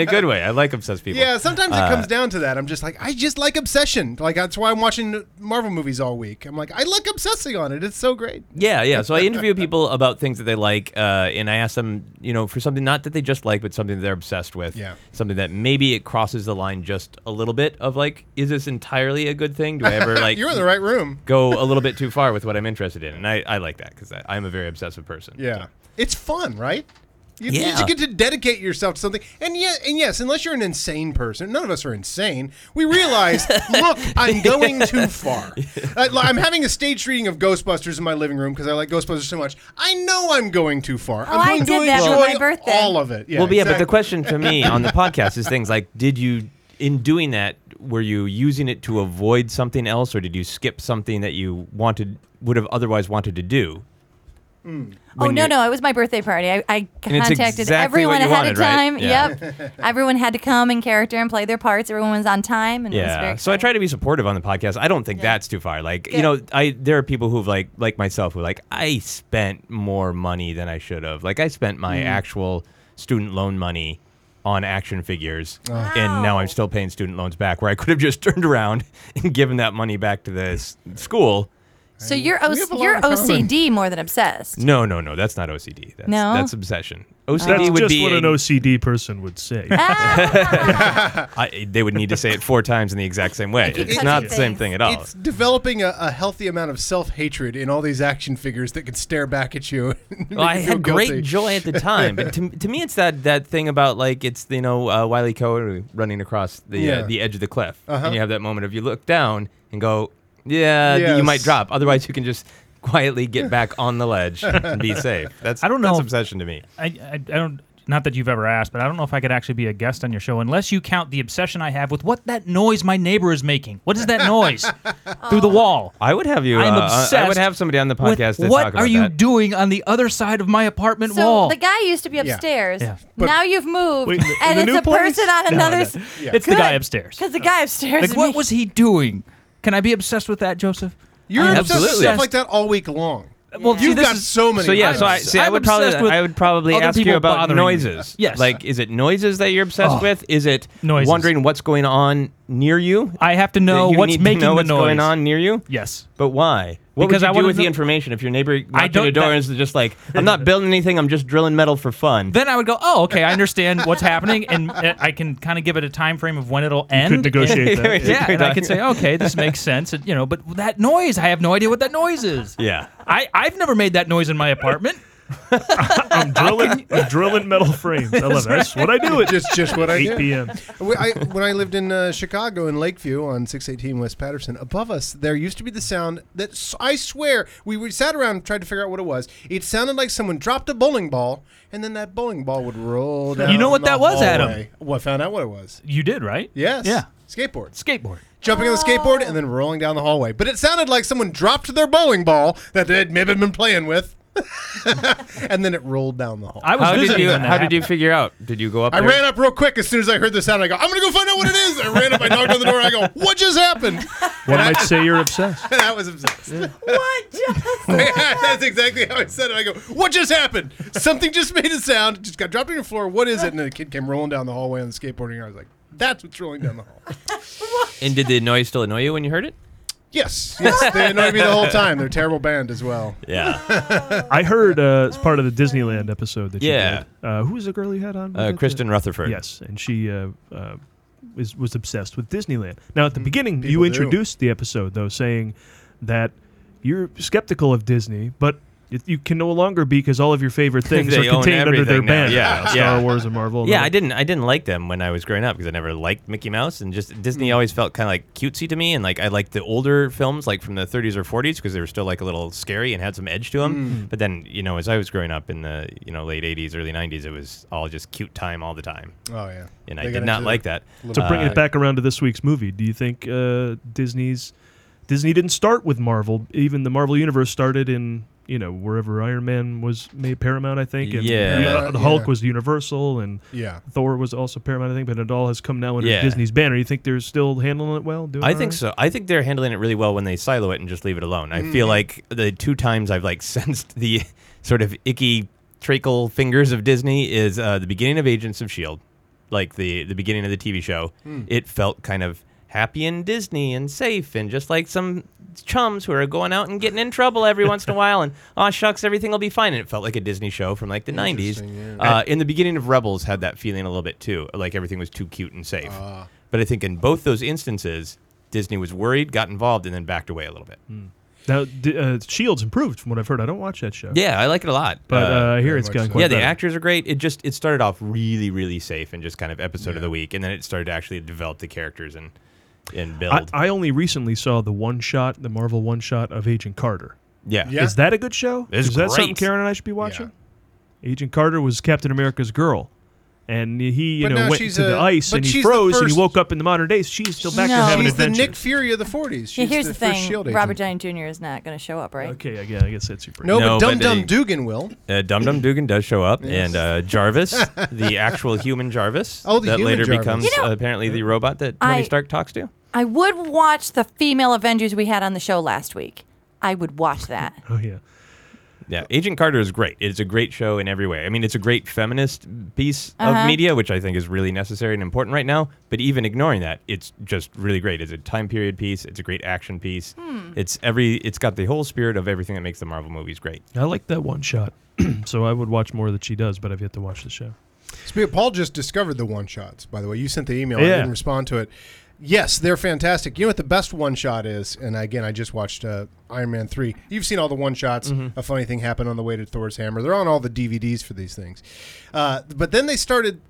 E: a good way. I like obsessed people. Uh,
C: yeah, sometimes it comes down to that. I'm just like, I just like obsession. Like that's why I'm watching Marvel movies all week. I'm like, I like obsessing on it. It's so great.
E: Yeah, yeah. So I interview people about things that they like, uh, and I ask them, you know, for something not that they just like, but something that they're obsessed with.
C: Yeah.
E: Something that maybe it crosses the line just a little bit of like, is this entirely a good thing? Do I ever like
C: You're in the right room.
E: go a little bit too far with what I'm interested in? And I, I like that because I'm a very obsessive person.
C: Yeah, it's fun, right? You, you
E: Yeah.
C: just get to dedicate yourself to something, and yeah, and yes, unless you're an insane person, none of us are insane. We realize, look, I'm going too far. I, I'm having a stage reading of Ghostbusters in my living room because I like Ghostbusters so much. I know I'm going too far.
A: Oh,
C: I'm
A: I
C: going
A: did that
C: to
A: for my
C: enjoy
A: birthday.
C: All of it. Yeah,
E: well, but yeah, but the
C: exactly.
E: question to me on the podcast is things like, did you, in doing that, were you using it to avoid something else, or did you skip something that you wanted would have otherwise wanted to do?
A: Oh
E: when
A: no,
E: you-
A: no, it was my birthday party. I, I contacted
E: exactly what
A: everyone
E: you
A: ahead of
E: wanted, right?
A: time.
E: Yeah.
A: Yep. everyone had to come in character and play their parts. Everyone was on time and it was
E: Yeah.
A: very
E: So I
A: exciting.
E: try to be supportive on the podcast. I don't think that's too far. Like, you
A: Good.
E: know, I there are people who've like like myself who like I spent more money than I should have. Like I spent my
B: Mm.
E: actual student loan money on action figures
B: Oh.
E: and now I'm still paying student loans back where I could have just turned around and given that money back to the s- school.
A: So you're o-
C: We have a lot
A: you're
C: in common.
A: OCD more than obsessed.
E: No, no, no. That's not OCD. That's
A: No?
E: that's obsession. OCD
B: That's
E: would
B: just
E: be
B: what
E: a-
B: an OCD person would say.
E: I, they would need to say it four times in the exact same way.
A: keep
E: It's
A: touching
E: not the same
A: things.
E: thing at all.
C: It's developing a, a healthy amount of self hatred in all these action figures that can stare back at you. and
E: Well,
C: make
E: I
C: you feel
E: had great
C: guilty.
E: joy at the time, but to, to me, it's that that thing about like it's you know uh, Wiley Coyote running across the
C: Yeah. Uh-huh.
E: uh, the edge of the cliff, and you have that moment of you look down and go, yeah, th- you might
C: Yes.
E: drop. Otherwise, you can just quietly get back on the ledge and be safe. That's
D: I don't know
E: That's
D: if-
E: obsession to me.
D: I, I, I don't. Not that you've ever asked, but I don't know if I could actually be a guest on your show unless you count the obsession I have with what that noise my neighbor is making. What is that noise through the wall?
E: I would have you.
D: I'm
E: uh,
D: obsessed.
E: I would have somebody on the
D: with
E: podcast to
D: what
E: talk about
D: are you
E: that.
D: doing on the other side of my apartment
A: So
D: wall?
A: the guy used to be
C: Yeah.
A: upstairs.
D: Yeah.
C: But-
A: now you've moved,
B: Wait, in the-
A: and
B: in
A: it's
B: the new
A: a
B: place?
A: person on another.
D: it's the guy upstairs.
A: Because the guy upstairs.
D: Like,
A: is
D: what
A: me.
D: was he doing? Can I be obsessed with that, Joseph?
C: You're
D: I'm
C: obsessed with
E: Absolutely.
C: stuff like that all week long.
D: Well, see,
C: You've
D: this
C: got
D: is-
C: so many.
E: So yeah, so I
D: I'm-
E: see. i
D: I'm
E: would probably
D: obsessed with
E: I would probably
D: other
E: ask you
D: people
E: about
D: bothering me.
E: noises.
D: Yes.
E: like is it noises that you're obsessed
D: Oh.
E: with? Is it
D: Noises.
E: wondering what's going on near you?
D: I have to
E: That
D: know
E: you
D: what's
E: need to
D: making
E: know
D: the
E: what's
D: noise.
E: going on near you.
D: Yes.
E: But why? What
D: Because
E: would
D: I
E: you do
D: wanna
E: with
D: know-
E: the information if your neighbor knocked on
D: don't-
E: your door
D: that-
E: and is just like, "I'm not building anything. I'm just drilling metal for fun."
D: Then I would go, oh, okay, I understand what's happening, and uh, I can kind of give it a time frame of when it'll end.
B: Could negotiate that.
D: Yeah, and I could say, okay, this makes sense, and, you know. But that noise, I have no idea what that noise is.
E: yeah.
D: I I've never made that noise in my apartment.
B: I'm drilling, I'm drilling metal frames. I love it. That's what I do at
C: just just what I
B: 8
C: do.
B: p.m.
C: When I, when I lived in uh, Chicago in Lakeview on 618 West Patterson, above us there used to be the sound that s- I swear we, we sat around and tried to figure out what it was. It sounded like someone dropped a bowling ball, and then that bowling ball would roll down.
D: know what
C: the
D: that was, Adam?
C: hallway. Well, I found out what it was.
D: You did, right?
C: Yes.
D: Yeah.
C: Skateboards.
D: Skateboard.
C: Jumping on the skateboard and then rolling down the hallway. But it sounded like someone dropped their bowling ball that they'd maybe been playing with, and then it rolled down the hall.
D: I was
E: How did
D: visiting
E: you?
D: when that
E: How did you
D: happened.
E: figure out? Did you go up?
C: I
E: there?
C: ran up real quick as soon as I heard the sound. I go, I'm gonna go find out what it is. I ran up, I knocked on the door, I go, What just happened?
B: One might say you're obsessed.
C: And I was obsessed.
G: What? Just
C: That's exactly how I said it. I go, What just happened? Something just made a sound, just got dropped on your floor. What is it? And the kid came rolling down the hallway on the skateboarding. And I was like, That's what's rolling down the hall.
E: And did the noise still annoy you when you heard it?
C: Yes, yes. They annoyed me the whole time. They're a terrible band as well.
E: Yeah.
B: I heard uh, it's part of the Disneyland episode that
E: Yeah.
B: you did. Uh, who was the girl you had on? Was
E: Uh,
B: it, uh,
E: Kristen Rutherford.
B: Yes, and she uh, uh, is, was obsessed with Disneyland. Now, at the beginning, you
C: do.
B: introduced the episode, though, saying that you're skeptical of Disney, but it, you can no longer be because all of your favorite things are
E: They own
B: contained under their
E: everything now.
B: banner.
E: Yeah,
B: Star
E: yeah.
B: Wars and Marvel. and
E: Yeah,
B: all
E: I
B: that.
E: didn't. I didn't like them when I was growing up because I never liked Mickey Mouse, and just
B: Hmm.
E: Disney always felt kind of like cutesy to me. And like I liked the older films, like from the 30s or 40s, because they were still like a little scary and had some edge to
B: Hmm.
E: them. But then, you know, as I was growing up in the you know late 80s, early 90s, it was all just cute time all the time,
C: Oh, yeah.
E: and
C: They
E: I
C: got
E: did not
C: into
E: like that.
B: So
E: Uh,
B: bringing it back around to this week's movie, do you think uh, Disney's Disney didn't start with Marvel? Even the Marvel universe started in you know wherever Iron Man was made Paramount, I think. And
E: Yeah.
B: uh, the Hulk
C: Yeah.
B: was Universal, and
C: Yeah.
B: Thor was also Paramount, I think. But it all has come now under
E: Yeah.
B: Disney's banner. You think they're still handling it well? Doing
E: I
B: all
E: think
B: right?
E: so. I think they're handling it really well when they silo it and just leave it alone. I feel like the two times I've like sensed the sort of icky treacle fingers of Disney is uh, the beginning of Agents of Shield, E like the the beginning of the TV show. It felt kind of happy and Disney and safe and just like some chums who are going out and getting in trouble every once in a while and oh shucks everything will be fine and it felt like a Disney show from like the 90s. Uh, in the beginning of Rebels had that feeling a little bit too, like everything was too cute and safe.
C: Uh.
E: But I think in both those instances, Disney was worried, got involved, and then backed away a little bit.
B: Now D- uh, Shields improved from what I've heard. I don't watch that show.
E: Yeah, I like it a lot.
B: But
E: Uh,
B: uh, I hear
C: very
B: it's
C: much
B: gotten
C: so.
B: quite
E: yeah, the
B: better.
E: actors are great. It just it started off really, really safe and just kind of episode of the week, and then it started to actually develop the characters and and build.
B: I, I only recently saw the one shot, the Marvel one shot of Agent Carter.
E: yeah,
C: Yeah.
B: Is that a good show?
E: It's
B: Is that something
E: great.
B: Karen and I should be watching? Agent Carter was Captain America's girl. And he, you
C: But
B: know,
C: now
B: went
C: she's
B: to the
C: a-
B: ice
C: but
B: and he
C: she's the
B: froze and he
C: first-
B: woke up in the modern day. She's still back there
A: No.
B: having
C: She's the
B: adventures.
C: Nick Fury of the 40s. She's
A: Yeah, here's the,
C: first
A: thing.
C: Shield
A: Robert
C: E agent.
A: Downey Jr. is not going to show up, right?
B: Okay, yeah, I guess that's your
C: No,
E: No,
C: but Dum
E: but
C: Dum
E: they-
C: Dugan will.
E: uh, Dum Dum Dugan does show up, and uh, Jarvis, the actual human Jarvis,
C: Oh, the
E: that
C: human
E: later
C: Jarvis.
E: becomes
A: You know-
E: uh, apparently the robot that
A: I-
E: Tony Stark talks to.
C: Uh,
A: I would watch the female Avengers we had on the show last week. I would watch that.
B: Oh, yeah.
E: Yeah, Agent Carter is great. It's a great show in every way. I mean, it's a great feminist piece
A: Uh-huh.
E: of media, which I think is really necessary and important right now. But even ignoring that, it's just really great. It's a time period piece. It's a great action piece. It's every. It's got the whole spirit of everything that makes the Marvel movies great.
B: I like that one shot. so I would watch more that she does, but I've yet to watch the show.
C: Speaking, Paul just discovered the one shots. By the way, you sent the email. I
B: Yeah.
C: didn't respond to it. Yes, they're fantastic. You know what the best one shot is? And again, I just watched uh, Iron Man three. You've seen all the one shots.
D: Mm-hmm.
C: A funny thing happened on the way to Thor's hammer. They're on all the DVDs for these things. Uh, but then they started.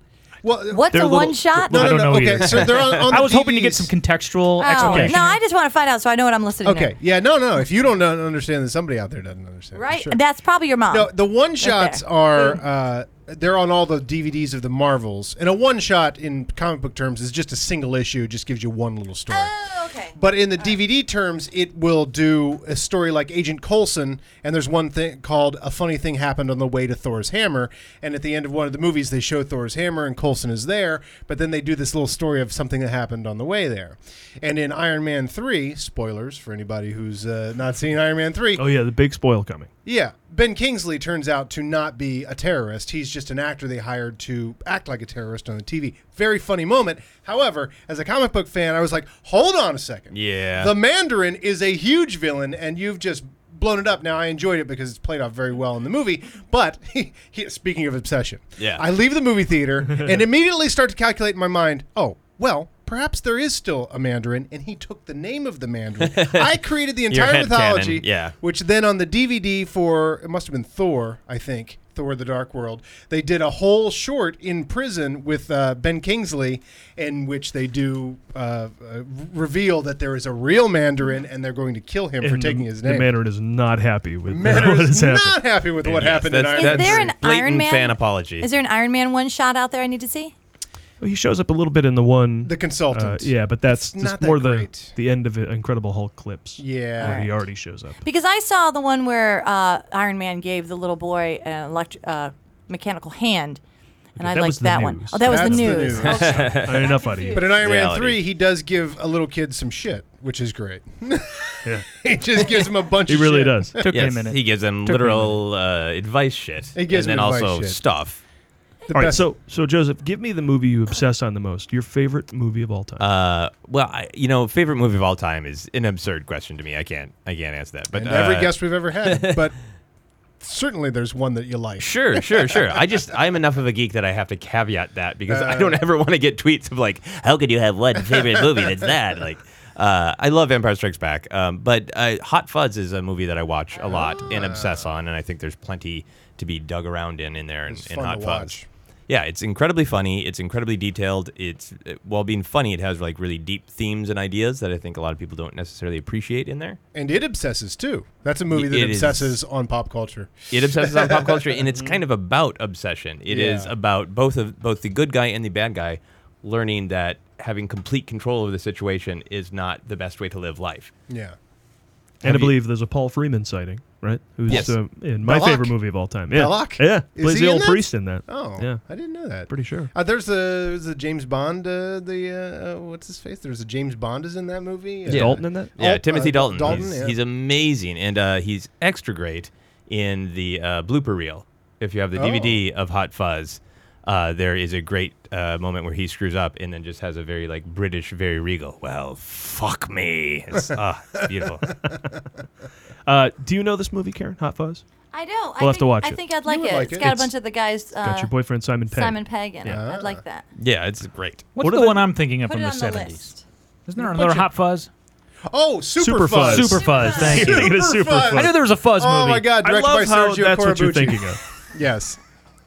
C: Well,
A: What's
B: They're
A: a
B: little-
A: one shot?
C: No,
D: I
C: no,
D: don't
C: no.
D: know
C: Okay,
D: either.
C: so they're on. on
D: I
C: the
D: was hoping to get
C: DVDs.
D: some contextual
A: Oh,
D: explanation.
A: no, I just want to find out so I know what I'm listening to.
C: Okay, yeah, no, no. If you don't know- understand, then somebody out there doesn't understand.
A: Right?
C: Sure.
A: That's probably your mom.
C: No, the one shots
A: there.
C: are uh, they're on all the DVDs of the Marvels, and a one shot in comic book terms is just a single issue. It just gives you one little story.
A: Oh, okay.
C: But in the DVD terms, it will do a story like Agent Coulson, and there's one thing called "A Funny Thing Happened on the Way to Thor's Hammer." And at the end of one of the movies, they show Thor's hammer, and Coulson is there. But then they do this little story of something that happened on the way there. And in Iron Man three, spoilers for anybody who's uh, not seen Iron Man three,
B: Oh, yeah, the big spoil coming.
C: yeah, Ben Kingsley turns out to not be a terrorist. He's just an actor they hired to act like a terrorist on the TV. Very funny moment. However, as a comic book fan, I was like, "Hold on a second.
E: Yeah.
C: the Mandarin is a huge villain, and you've just blown it up." Now, I enjoyed it because it's played off very well in the movie. But he, speaking of obsession,
E: Yeah.
C: I leave the movie theater and immediately start to calculate in my mind. Oh, well, perhaps there is still a Mandarin, and he took the name of the Mandarin. I created the
E: Your
C: entire
E: headcanon,
C: mythology,
E: yeah.
C: which then on the DVD for it must have been Thor, I think. Thor: The Dark World. They did a whole short in prison with uh, Ben Kingsley, in which they do uh, uh, reveal that there is a real Mandarin, and they're going to kill him for
B: And the-
C: taking his
B: The
C: name.
B: Mandarin is not happy with
C: Mandarin
B: what
C: is
B: has
C: not
B: happened.
C: happy with what
E: Yes,
C: happened in
E: that's-
C: Iron
A: Is
E: that's
C: Man.
A: there an
E: blatant
A: Iron Man?
E: fan apology.
A: Is there an Iron Man one shot out there I need to see?
B: He shows up a little bit in the one.
C: The
B: uh,
C: consultant.
B: yeah, but
C: It's
B: that's just
C: not that
B: more
C: great.
B: the the end of it, Incredible Hulk clips.
C: Yeah.
B: where he already shows up.
A: Because I saw the one where uh, Iron Man gave the little boy an electric, uh, mechanical hand, and
B: Okay,
A: I
B: that was
A: liked
B: the
A: that one.
B: news.
A: Oh, that was the
C: That's the
A: news.
C: news.
A: Okay.
B: Not enough out of you.
C: But in Iron Man
E: Reality.
C: 3, he does give a little kid some shit, which is great. he just gives him a bunch
B: He
C: of
B: really
C: shit.
B: does.
D: Took me a
E: Yes,
D: minute.
E: he gives them
D: Took me a
E: literal uh, advice shit.
C: He gives
E: and then
C: them advice
E: also
C: shit.
E: stuff.
C: The
B: All right,
C: best-
B: so so Joseph, give me the movie you obsess on the most. Your favorite movie of all time.
E: Uh, well, I, you know, favorite movie of all time is an absurd question to me. I can't, I can't answer that. But
C: and every
E: uh,
C: guest we've ever had, but certainly there's one that you like.
E: Sure, sure, sure. I just I'm enough of a geek that I have to caveat that because I
C: Uh.
E: don't ever want to get tweets of like, how could you have one favorite movie that's that? Like, uh, I love Empire Strikes Back, um, but uh, Hot Fuzz is a movie that I watch a lot and
C: Ah.
E: obsess on, and I think there's plenty to be dug around in in there in,
C: It's
E: in
C: fun
E: Hot
C: to
E: Fuzz.
C: watch.
E: Yeah, it's incredibly funny. It's incredibly detailed. It's it- while being funny, it has like really deep themes and ideas that I think a lot of people don't necessarily appreciate in there.
C: And it obsesses too. That's a movie that
E: It is-
C: obsesses on pop culture.
E: It obsesses on pop culture, and
B: Mm-hmm.
E: it's kind of about obsession. It is
C: Yeah.
E: about both of both the good guy and the bad guy learning that having complete control over the situation is not the best way to live life.
C: Yeah.
B: and I believe there's a Paul Freeman sighting, right? Who's
E: Yes.
B: uh, in my
C: Belloc.
B: favorite movie of all time. Yeah,
C: Belloc?
B: yeah,
C: Is
B: plays
C: he
B: the
C: in
B: old
C: that?
B: priest in that.
C: Oh,
B: yeah,
C: I didn't know that.
B: pretty sure.
C: Uh, there's a there's a James Bond. Uh, the uh, uh, what's his face? There's a James Bond is in that movie.
B: Is
C: Uh,
B: Dalton in that?
E: Yeah,
C: Dal-
E: Timothy
C: uh,
E: Dalton.
C: Dalton,
E: he's,
C: yeah.
E: he's amazing, and uh, he's extra great in the uh, blooper reel. If you have the DVD
B: Oh.
E: of Hot Fuzz, uh, there is a great uh, moment where he screws up and then just has a very like British, very regal. Well, fuck me. It's, ah, it's beautiful.
B: Uh, do you know this movie, Karen? Hot Fuzz.
A: I know. I
B: We'll have
A: think,
B: to watch
A: I
B: it.
A: think I'd like
C: would
A: it.
C: like
A: it's
C: it.
A: got
B: It's
A: a bunch of the guys. Uh,
B: Got your boyfriend Simon Pegg.
A: Simon Pegg in it. I'd like that.
E: Yeah, it's great.
D: What's
B: What are
D: the
B: the-
D: one I'm thinking of
A: Put
D: from
A: it
D: the
A: on the
D: 70s?
A: list.
D: Isn't there another Hot Fuzz?
C: Oh, Super,
B: Super
C: Fuzz.
B: Fuzz.
D: Super Fuzz. Thank
B: You're
D: you.
B: thinking of Super
C: Fuzz.
B: Fuzz.
D: I knew there was a Fuzz
C: Oh
D: movie.
C: my God!
B: I
C: Directed
B: love
C: by
B: how
C: Sergio
B: that's what you're
C: Corbucci.
B: thinking of.
C: Yes.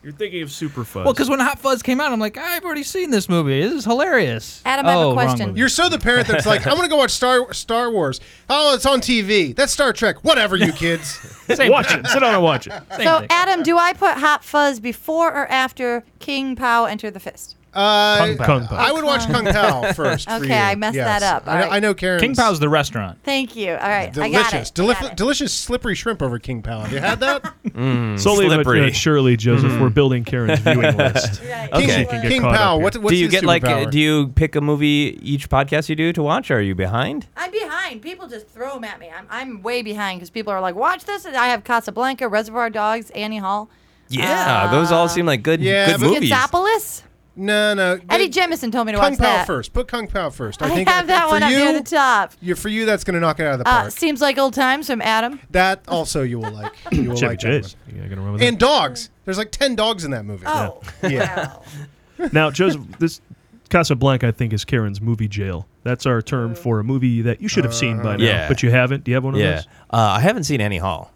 B: You're thinking of Super Fuzz.
D: Well, because when Hot Fuzz came out, I'm like, I've already seen this movie. This is hilarious.
A: Adam, I have a
D: oh, wrong
A: question.
D: movie.
C: You're so the parent that's like, I'm gonna go watch Star Star Wars. Oh, it's on TV. That's Star Trek. Whatever, you kids.
D: Same
B: watch it. Sit down and watch it.
D: thing.
A: So, Adam, do I put Hot Fuzz before or after King Pow Enter the Fist?
C: Uh,
B: Kung Pao.
C: I would watch Kung Pao first. for
A: Okay,
C: you.
A: I messed
C: Yes.
A: that up.
C: I know,
A: All right.
C: I know Karen's
D: King Pow's the restaurant.
A: Thank you. All right, I
C: delicious,
A: got it. I
C: delif-
A: got it. Mm.
C: delicious slippery shrimp over King Pao. Have you had that?
B: Slowly but
E: Hmm, Mm. Slippery. Hmm.
B: uh, surely, Joseph, we're building Karen's viewing list.
E: Okay.
C: King,
B: can get
C: King
B: caught
C: Pao.
B: up
C: What,
B: here.
C: what's
E: do you
C: his
E: get like? uh,
C: superpower?
E: Do you pick a movie each podcast you do to watch? Or are you behind?
A: I'm behind. People just throw them at me. I'm, I'm way behind because people are like, watch this. And I have Casablanca, Reservoir Dogs, Annie Hall,
E: Yeah, those all seem like good,
C: yeah,
E: good
C: but-
E: movies.
A: Schizopolis.
C: no, no.
A: Eddie
C: get
A: Jemison told me to
C: Kung
A: watch
C: Pao
A: that.
C: first. Put Kung Pao first. I,
A: I,
C: think
A: have that
C: for
A: one up
C: you,
A: near the top.
C: you- for you, that's gonna knock it out of the
A: Uh,
C: park.
A: seems like old times from Adam.
C: that also you will like. You will
B: Chevy
C: like that
B: Chase.
C: one.
B: You gotta remember that.
C: And dogs. There's like ten dogs in that movie.
A: Oh,
C: Yeah.
A: wow.
B: Now, Joseph, this Casablanca, I think, is Karen's movie jail. That's our
C: Oh.
B: term for a movie that you should have seen by now,
E: Yeah.
B: but you haven't. Do you have one of
E: yeah,
B: those?
E: uh, I haven't seen Annie Hall.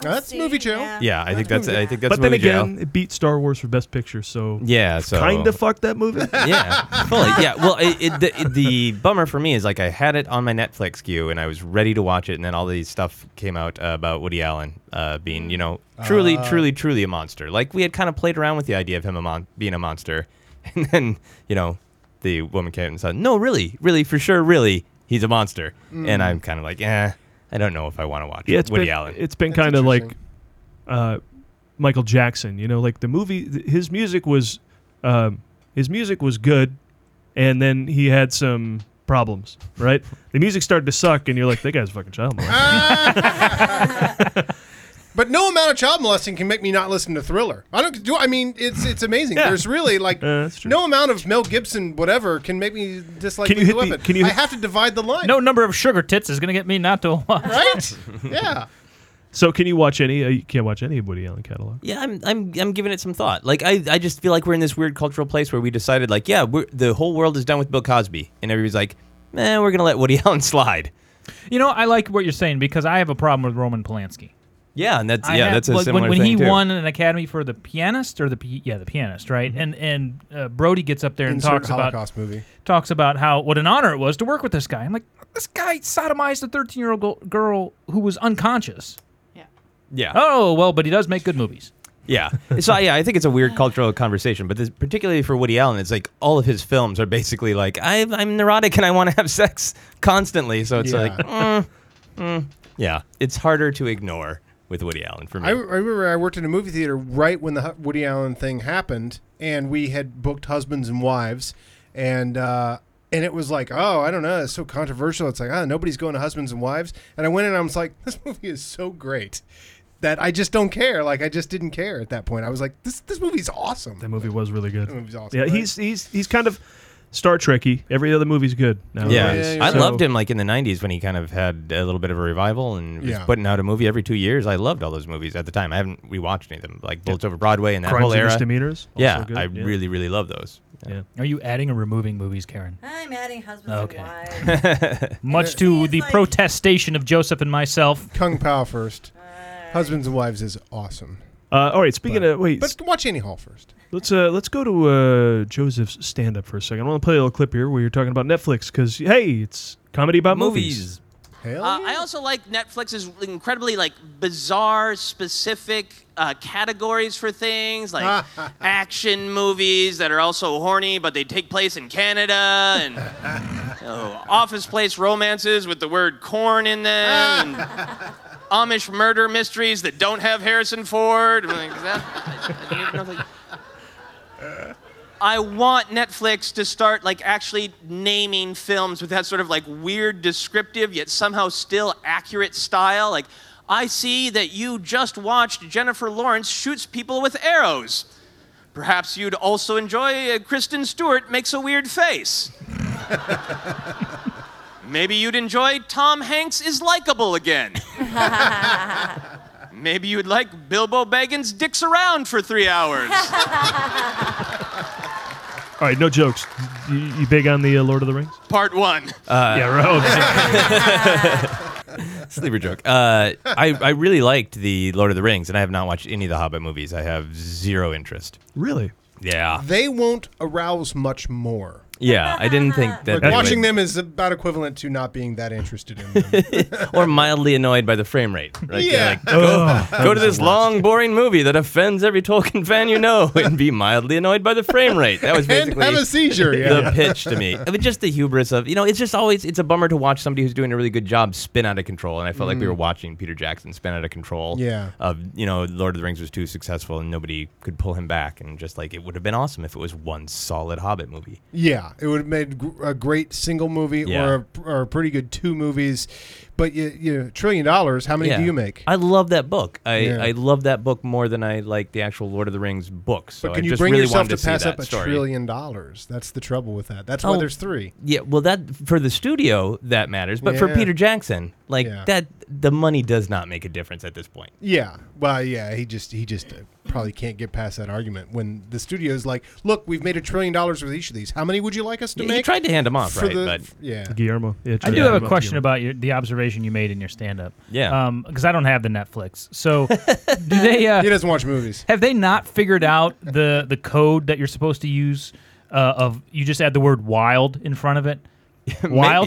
C: that's
A: See,
C: movie jail.
A: yeah.
E: Yeah, I think that's I think that's
B: but then
E: movie jail.
B: again, it beat Star Wars for Best Picture, so
E: yeah, so
B: kind of fucked that movie.
E: yeah, Well, yeah. Well, it, it, the, it- the bummer for me is like I had it on my Netflix queue and I was ready to watch it, and then all these stuff came out uh, about Woody Allen uh, being, you know, truly,
B: Uh.
E: truly, truly a monster. Like we had kind of played around with the idea of him a mon- being a monster, and then you know, the woman came and said, "No, really, really, for sure, really, he's a monster,"
B: Mm.
E: and I'm kind of like, eh. I don't know if I want to watch
B: Yeah, it's
E: Woody
B: been,
E: Allen.
B: It's been
C: That's
B: kind of like
C: interesting.
B: uh, Michael Jackson, you know, like the movie. th- His music was, um, his music was good, and then he had some problems. Right, the music started to suck, and you're like, that guy's a fucking child molester.
C: But no amount of child molesting can make me not listen to Thriller. I don't do. I mean, it's it's amazing.
B: Yeah.
C: There's really like
B: Uh, that's true.
C: no amount of Mel Gibson whatever can make me dislike
B: Can you
C: Lethal
B: hit the-
C: Weapon.
B: can you
C: I
B: hit-
C: have to divide the line.
D: No number of sugar tits is going to get me not to watch.
C: right? yeah.
B: So can you watch any? Uh, you can't watch any of Woody Allen catalog.
E: Yeah, I'm I'm I'm giving it some thought. Like I, I just feel like we're in this weird cultural place where we decided like, yeah, we're, the whole world is done with Bill Cosby, and everybody's like, man, we're gonna let Woody Allen slide.
D: You know, I like what you're saying because I have a problem with Roman Polanski.
E: Yeah, and that's
D: I
E: yeah,
D: have-
E: that's a
D: like,
E: similar
D: when, when
E: thing
D: he
E: too.
D: won an Academy for the pianist or the P- yeah the pianist right
E: Mm-hmm.
D: and and uh, Brody gets up there and
C: Insert
D: talks about
C: Holocaust movie.
D: talks about how what an honor it was to work with this guy. I'm like, this guy sodomized a 13 year old girl who was unconscious.
E: Yeah,
D: Oh well, but he does make good movies.
E: yeah. so yeah, I think it's a weird cultural conversation, but this, particularly for Woody Allen, it's like all of his films are basically like, I, I'm neurotic and I want to have sex constantly. So it's
C: Yeah.
E: like, mm, mm. yeah, it's harder to ignore with Woody Allen for me.
C: I, I remember I worked in a movie theater right when the Hu- Woody Allen thing happened, and we had booked husbands and wives, and uh, and it was like, oh, I don't know, it's so controversial. It's like, ah, nobody's going to husbands and wives, and I went in and I was like, this movie is so great that I just don't care. Like I just didn't care at that point. I was like, this this movie's awesome.
B: That movie was really good. That
C: movie's awesome,
B: Yeah,
C: right?
B: he's he's he's kind of Star Trekky. Every other movie's good.
E: Yeah,
B: nowadays.
C: yeah,
E: I
B: So-
E: loved him like in the '90s when he kind of had a little bit of a revival and was
C: Yeah.
E: putting out a movie every two years. I loved all those movies at the time. I haven't rewatched any of them, like Bullets Over Broadway and that
B: Crimes
E: whole
B: and
E: era.
B: Misdemeanors. also
E: yeah,
B: good,
E: I really, really love those.
B: Yeah.
D: Are you adding or removing movies, Karen?
A: I'm adding husbands
D: Okay.
A: and wives.
D: Much to
A: He's
D: the
A: like-
D: protestation of Joseph and myself.
C: Kung Pao first. Husbands and wives is awesome,
B: Uh, all right. Speaking of wait,
C: but watch Annie Hall first.
B: Let's uh, let's go to uh, Joseph's stand up for a second. I want to play a little clip here where you're talking about Netflix because hey, it's comedy about movies.
C: Hell
J: Uh,
C: yeah.
J: I also like Netflix's incredibly like bizarre, specific uh, categories for things like action movies that are also horny, but they take place in Canada and you know, Oh, office place romances with the word corn in them. And, Amish murder mysteries that don't have Harrison Ford. I'm like, is that- I- I need nothing. I want Netflix to start like actually naming films with that sort of like weird descriptive yet somehow still accurate style. Like, I see that you just watched Jennifer Lawrence shoots people with arrows. Perhaps you'd also enjoy uh, Kristen Stewart makes a weird face. Maybe you'd enjoy Tom Hanks is likable again. Maybe you'd like Bilbo Baggins dicks around for three hours.
B: All right, no jokes. You, you big on the uh, Lord of the Rings?
J: Part one.
E: Uh,
B: yeah, right.
E: Sleeper joke. Uh, I I really liked the Lord of the Rings, and I have not watched any of the Hobbit movies. I have zero interest.
B: really?
E: Yeah,
C: they won't arouse much more.
E: yeah. I didn't think that
C: Like,
E: they
C: watching
E: would-
C: them is about equivalent to not being that interested in them.
E: or mildly annoyed by the frame rate. Like, you're
C: Yeah. Oh,
E: like, go, go to this long, boring movie that offends every Tolkien fan you know, and be mildly annoyed by the frame rate. That was
C: and
E: basically
C: have a seizure. Yeah.
E: the pitch to me. I mean, just the hubris of you know, it's just always it's a bummer to watch somebody who's doing a really good job spin out of control. And I felt like we were watching Peter Jackson spin out of control.
C: Mm. Yeah.
E: Of you know, Lord of the Rings was too successful and nobody could pull him back. And just like it would have been awesome if it was one solid Hobbit movie.
C: yeah, it would have made gr- a great single movie
E: Yeah.
C: or, a, or a pretty good two movies. But you, you know, trillion dollars, how many do you make?
E: I love that book. I,
C: Yeah.
E: I love that book more than I like the actual Lord of the Rings book. So
C: but can
E: I
C: you
E: just
C: bring
E: really
C: yourself
E: wanted
C: to
E: see
C: pass
E: that
C: up a
E: story.
C: trillion dollars? That's the trouble with that. That's
E: Oh.
C: why there's three.
E: Yeah, well, that for the studio that matters, but for
C: Yeah.
E: Peter Jackson, like
C: Yeah.
E: that, the money does not make a difference at this point.
C: Yeah. Well, yeah. He just he just uh, probably can't get past that argument when the studio's like, look, we've made a trillion dollars with each of these. How many would you like us to
E: You
C: make?
E: tried to hand him off,
C: for
E: right?
C: the-
E: but
C: yeah.
B: Guillermo. Yeah,
D: I
B: true.
D: do have a
B: Guillermo.
D: question about your, the observation you made in your stand up.
E: Yeah.
D: Because I don't have the Netflix. So do they. Uh,
C: He doesn't watch movies.
D: Have they not figured out the the code that you're supposed to use? Uh, of you just add the word "wild" in front of it. Wild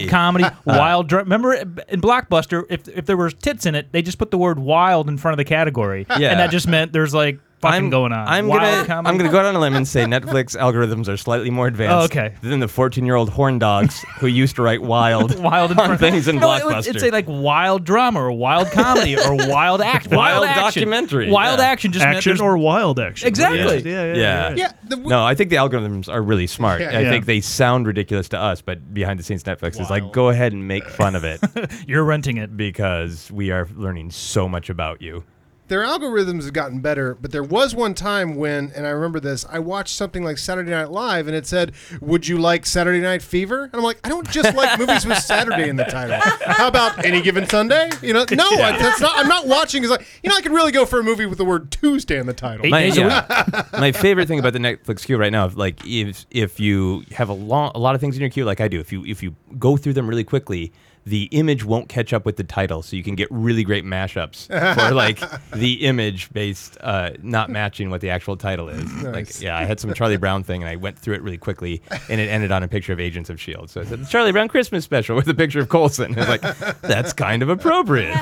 E: Maybe. Uh.
D: comedy, wild. Dr- remember in Blockbuster, if if there were tits in it, they just put the word "wild" in front of the category,
E: Yeah.
D: and that just meant there's like fucking
E: I'm
D: going on.
E: I'm
D: wild
E: gonna
D: comedy.
E: I'm gonna go out on a limb and say Netflix algorithms are slightly more advanced.
D: Oh, okay.
E: Than the 14 year old horn dogs who used to write wild
D: wild in
E: on
D: front
E: things in
D: no, it would-
E: blockbuster.
D: It'd say like wild drama or wild comedy or wild act, wild,
E: Wild
D: action.
E: documentary,
D: wild
E: yeah.
D: action. Just meant
B: Action
D: there's-
B: or wild action?
D: Exactly.
B: Yeah,
E: yeah.
B: yeah, yeah. yeah.
C: Yeah. The, w-
E: No, I think the algorithms are really smart.
C: Yeah.
E: I
B: Yeah.
E: think they sound ridiculous to us, but behind the scenes, Netflix is like, go ahead and make fun of it
D: you're renting it.
E: because we are learning so much about you.
C: their algorithms have gotten better, but there was one time when, and I remember this, I watched something like Saturday Night Live and it said, Would you like Saturday Night Fever? And I'm like, I don't just like movies with Saturday in the title. How about any given Sunday? You know, no, I, that's not, I'm not watching. 'cause I, you know, I could really go for a movie with the word Tuesday in the title.
E: my, yeah. my favorite thing about the Netflix queue right now, if, like if if you have a long, a lot of things in your queue, like I do, if you if you go through them really quickly, the image won't catch up with the title, so you can get really great mashups for like the image based uh, not matching what the actual title is. Like yeah, I had some Charlie Brown thing, and I went through it really quickly, and it ended on a picture of Agents of Shield. So I said the Charlie Brown Christmas special with a picture of Colson. It's like that's kind of appropriate.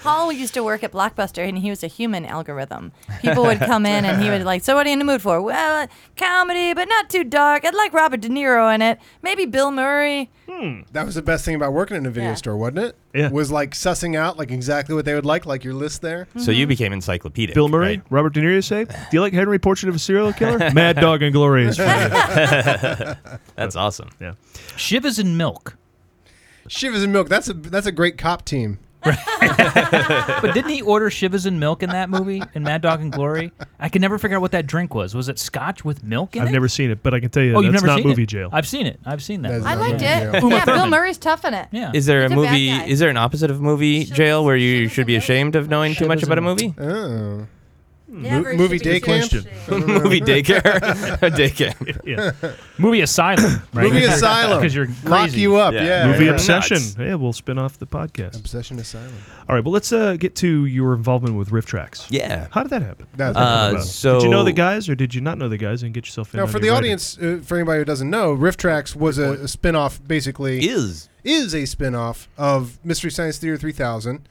A: Paul used to work at Blockbuster, and he was a human algorithm. People would come in, and he would like, "So what are you in the mood for? Well, uh, comedy, but not too dark. I'd like Robert De Niro in it. Maybe Bill Murray.
D: Hmm.
C: That was the best thing about working in a video
A: Yeah.
C: store, wasn't it?
B: Yeah.
C: Was like sussing out like exactly what they would like, like your list there.
E: So you became encyclopedic.
B: Bill Murray,
E: right?
B: Robert De Niro, you say? Do you like Henry Portrait of a Serial Killer? Mad Dog and Glory is for you.
E: That's awesome.
B: Yeah.
D: Shivers and milk.
C: Shivers and milk. That's a that's a great cop team.
D: But didn't he order shivers and milk in that movie in Mad Dog and Glory? I can never figure out what that drink was. Was it scotch with milk in it?
B: I've never seen it, but I can tell you
D: Oh,
B: that's
D: you've never
B: not
D: seen
B: movie
D: it.
B: jail.
D: I've seen it. I've seen that.
C: That's
A: I
C: not
A: liked
C: movie jail.
A: it. yeah, Bill Muray's tough in it.
D: yeah.
E: Is there
A: He's
E: a
A: a bad
E: movie?
A: guy.
E: Is there an opposite of movie jail where you
A: Shivers
E: should be
A: and Milk.
E: ashamed of knowing too much
D: Shivers
E: about a
D: and
E: movie?
C: Oh.
A: Yeah,
C: Mo-
A: very
C: movie day
A: shipping
C: camp?
A: issue.
E: movie daycare, a daycare.
B: Yeah.
D: Movie Asylum. Right?
C: Movie asylum.
D: Because you're
C: Lock
D: crazy.
C: you up.
E: Yeah.
C: Yeah.
B: Movie
E: You're
B: Obsession.
E: nuts.
B: Yeah, we'll spin off the podcast.
C: Obsession asylum.
B: All right, well, let's uh, get to your involvement with Riff Tracks.
E: Yeah.
B: How did that happen?
C: That's
E: Uh,
B: Wow.
E: so
B: did you know the guys or did you not know the guys and get yourself in?
C: now,
B: on
C: for
B: your
C: the
B: writing?
C: audience, uh, for anybody who doesn't know, Rift Tracks was a, a spin-off, basically.
E: is
C: is a spin-off of Mystery Science Theater 3000.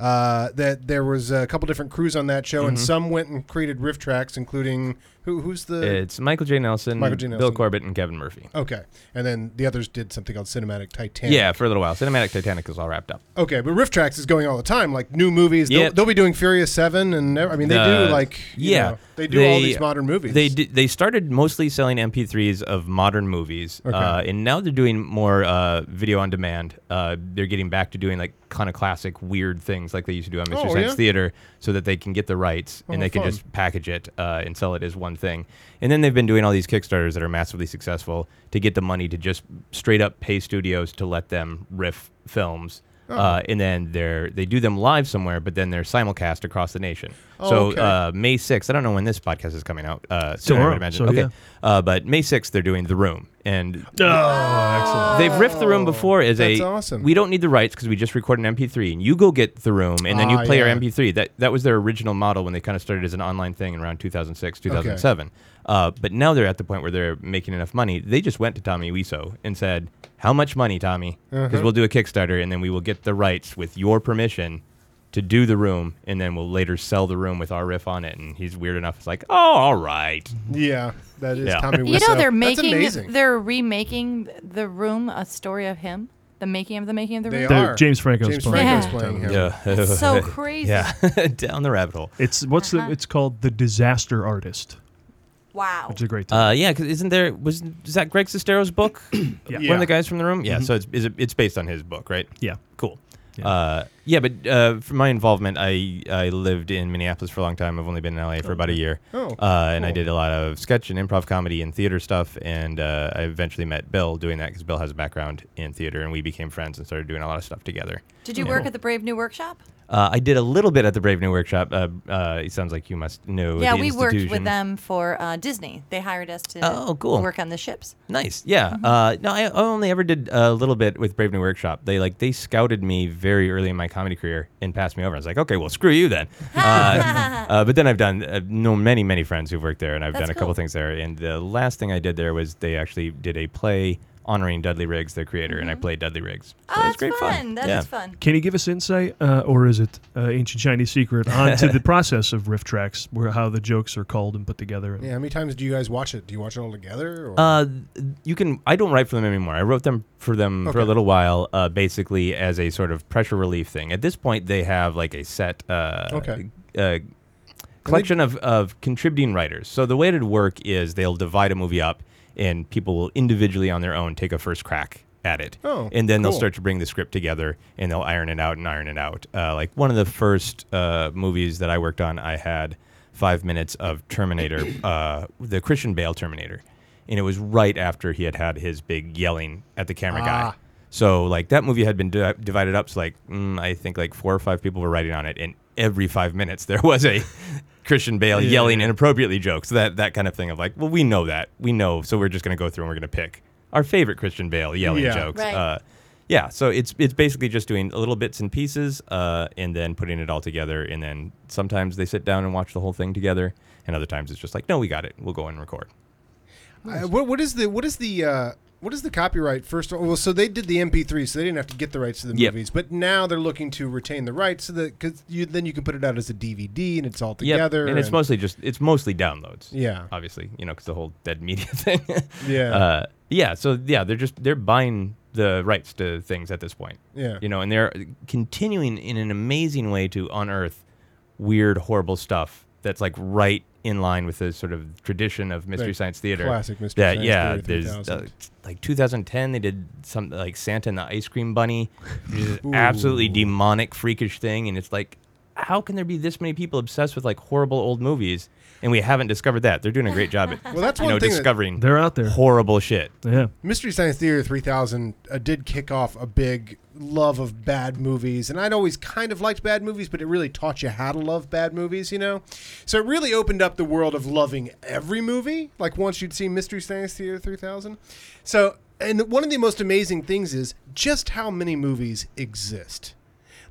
C: Uh, that there was a couple different crews on that show, and
E: Mm-hmm.
C: some went and created riff tracks, including who? Who's the?
E: it's Michael J. Nelson,
C: Michael J.
E: Bill
C: Nelson.
E: Corbett, and Kevin Murphy.
C: okay, and then the others did something called Cinematic Titanic.
E: Yeah, for a little while. Cinematic Titanic is all wrapped up.
C: Okay, but riff tracks is going all the time, like new movies. They'll,
E: Yep.
C: they'll be doing Furious Seven, and ev- I mean they
E: Uh,
C: do like you
E: yeah,
C: know, they do all these modern movies.
E: They did, they started mostly selling MP3s of modern movies, uh, and now they're doing more uh, video on demand. Uh, they're getting back to doing like kind of classic weird things like they used to do on Mr.
C: Oh,
E: Science
C: yeah?
E: Theater, so that they can get the rights and
C: Oh,
E: they can
C: fun.
E: just package it uh, and sell it as one thing. And then they've been doing all these Kickstarters that are massively successful to get the money to just straight up pay studios to let them riff films.
C: Oh.
E: Uh, and then they're they do them live somewhere, but then they're simulcast across the nation.
C: Oh,
E: so
C: okay.
E: uh, May sixth, I don't know when this podcast is coming out. Uh, soon, I
B: Tomorrow,
E: would imagine.
B: so
E: okay,
B: yeah.
E: uh, but May sixth, they're doing The Room, and
B: Oh, excellent.
E: They've riffed the room before as
C: That's
E: a.
C: awesome.
E: We don't need the rights because we just record an MP3, and you go get the room, and then you
C: Ah,
E: play
C: yeah.
E: our MP3. That that was their original model when they kind of started as an online thing around 2006, 2007. Uh, but now they're at the point where they're making enough money. They just went to Tommy Wiseau and said, "How much money, Tommy? Because we'll do a Kickstarter, and then we will get the rights with your permission." To do the room, and then we'll later sell the room with our riff on it. And he's weird enough. It's like, oh, all right.
C: yeah, that is
E: Yeah.
C: Tommy.
A: You know
C: Wiseau.
A: they're
C: That's
A: making
C: amazing.
A: they're remaking the room a story of him. The making of the making of the
C: They
A: room.
B: The
C: are.
B: James Franco's
C: James
B: playing.
C: Franco's
A: Yeah.
C: playing him.
E: Yeah.
A: So crazy. Uh-huh.
E: yeah. Down the rabbit hole.
B: It's what's the? It's called the Disaster Artist.
A: Wow.
B: It's a great title.
E: Uh, yeah, because isn't there was is that Greg Sestero's book? One
B: Yeah.
E: of the guys from the room. Mm-hmm. Yeah, so it's is it, it's based on his book, right?
B: yeah.
E: Cool. Yeah, uh, yeah but uh, for my involvement, I I lived in Minneapolis for a long time. I've only been in LA for about a year.
C: Oh,
E: uh, and I
C: cool.
E: did a lot of sketch and improv comedy and theater stuff. And uh, I eventually met Bill doing that because Bill has a background in theater, and we became friends and started doing a lot of stuff together.
A: Did you work at the Brave New Workshop?
E: Uh, I did a little bit at the Brave New Workshop. Uh, uh, it sounds like you must know.
A: yeah,
E: the
A: we worked with
E: institution.
A: them for uh, Disney. They hired us to
E: Oh, cool.
A: work on the ships.
E: Nice. Yeah.
A: Mm-hmm.
E: Uh, no, I I only ever did a little bit with Brave New Workshop. They like they scouted me very early in my comedy career and passed me over. I was like, okay, well, screw you then. uh, uh, but then I've done I've known many many friends who've worked there, and I've
A: That's
E: done a couple
A: cool.
E: things there. And the last thing I did there was they actually did a play honoring Dudley Riggs, their creator, and I played Dudley Riggs. So
A: Oh,
E: it was
A: that's
E: great
A: fun. That is
E: yeah.
A: fun.
B: Can you give us insight, uh, or is it uh, ancient Chinese secret, onto the process of riff tracks, where how the jokes are called and put together? and-
C: Yeah, how many times do you guys watch it? Do you watch it all together? Or?
E: Uh, you can. I don't write for them anymore. I wrote them for them for a
C: Okay.
E: little while, uh, basically as a sort of pressure relief thing. At this point, they have like a set uh,
C: Okay.
E: uh, collection of, of contributing writers. So the way it would work is they'll divide a movie up, and people will individually on their own take a first crack at it.
C: Oh,
E: and then they'll
C: cool.
E: start to bring the script together and they'll iron it out and iron it out. Uh, like one of the first uh, movies that I worked on, I had five minutes of Terminator, uh, the Christian Bale Terminator, and it was right after he had had his big yelling at the camera guy. So like that movie had been di- divided up. So like mm, I think like four or five people were writing on it, and every five minutes there was a Christian Bale yelling inappropriately jokes. That that kind of thing of like, well, we know that, we know, so we're just gonna go through and we're gonna pick our favorite Christian Bale yelling
C: Yeah.
E: jokes.
A: Right.
E: Uh, yeah, so it's it's basically just doing little bits and pieces, uh, and then putting it all together. And then sometimes they sit down and watch the whole thing together, and other times it's just like, no, we got it. We'll go and record.
C: Uh, what, what is the what is the uh, what is the copyright first of all? Well, so they did the MP3, so they didn't have to get the rights to the
E: Yep.
C: movies, but now they're looking to retain the rights so that because you then you can put it out as a DVD and it's all
E: Yep,
C: together.
E: and it's
C: and-
E: mostly just it's mostly downloads.
C: Yeah.
E: obviously, you know, because the whole dead media thing.
C: Yeah.
E: uh, yeah. So yeah, they're just they're buying the rights to things at this point.
C: Yeah.
E: you know, and they're continuing in an amazing way to unearth weird, horrible stuff that's like right in line with the sort of tradition of mystery
C: Like
E: science theater.
C: classic Mystery
E: that,
C: Science
E: yeah,
C: Theater
E: there's
C: 3000.
E: uh, like 2010 they did something like Santa and the Ice Cream Bunny, which is an absolutely demonic, freakish thing, and it's like. How can there be this many people obsessed with like horrible old movies, and we haven't discovered that? They're doing a great job at
C: Well, that's
E: you
C: one
E: know
C: thing that-
E: discovering
B: They're out there.
E: horrible shit.
B: Yeah.
C: Mystery Science Theater 3000 uh, did kick off a big love of bad movies, and I'd always kind of liked bad movies, but it really taught you how to love bad movies, you know? So it really opened up the world of loving every movie, like once you'd seen Mystery Science Theater 3000. So, and one of the most amazing things is just how many movies exist.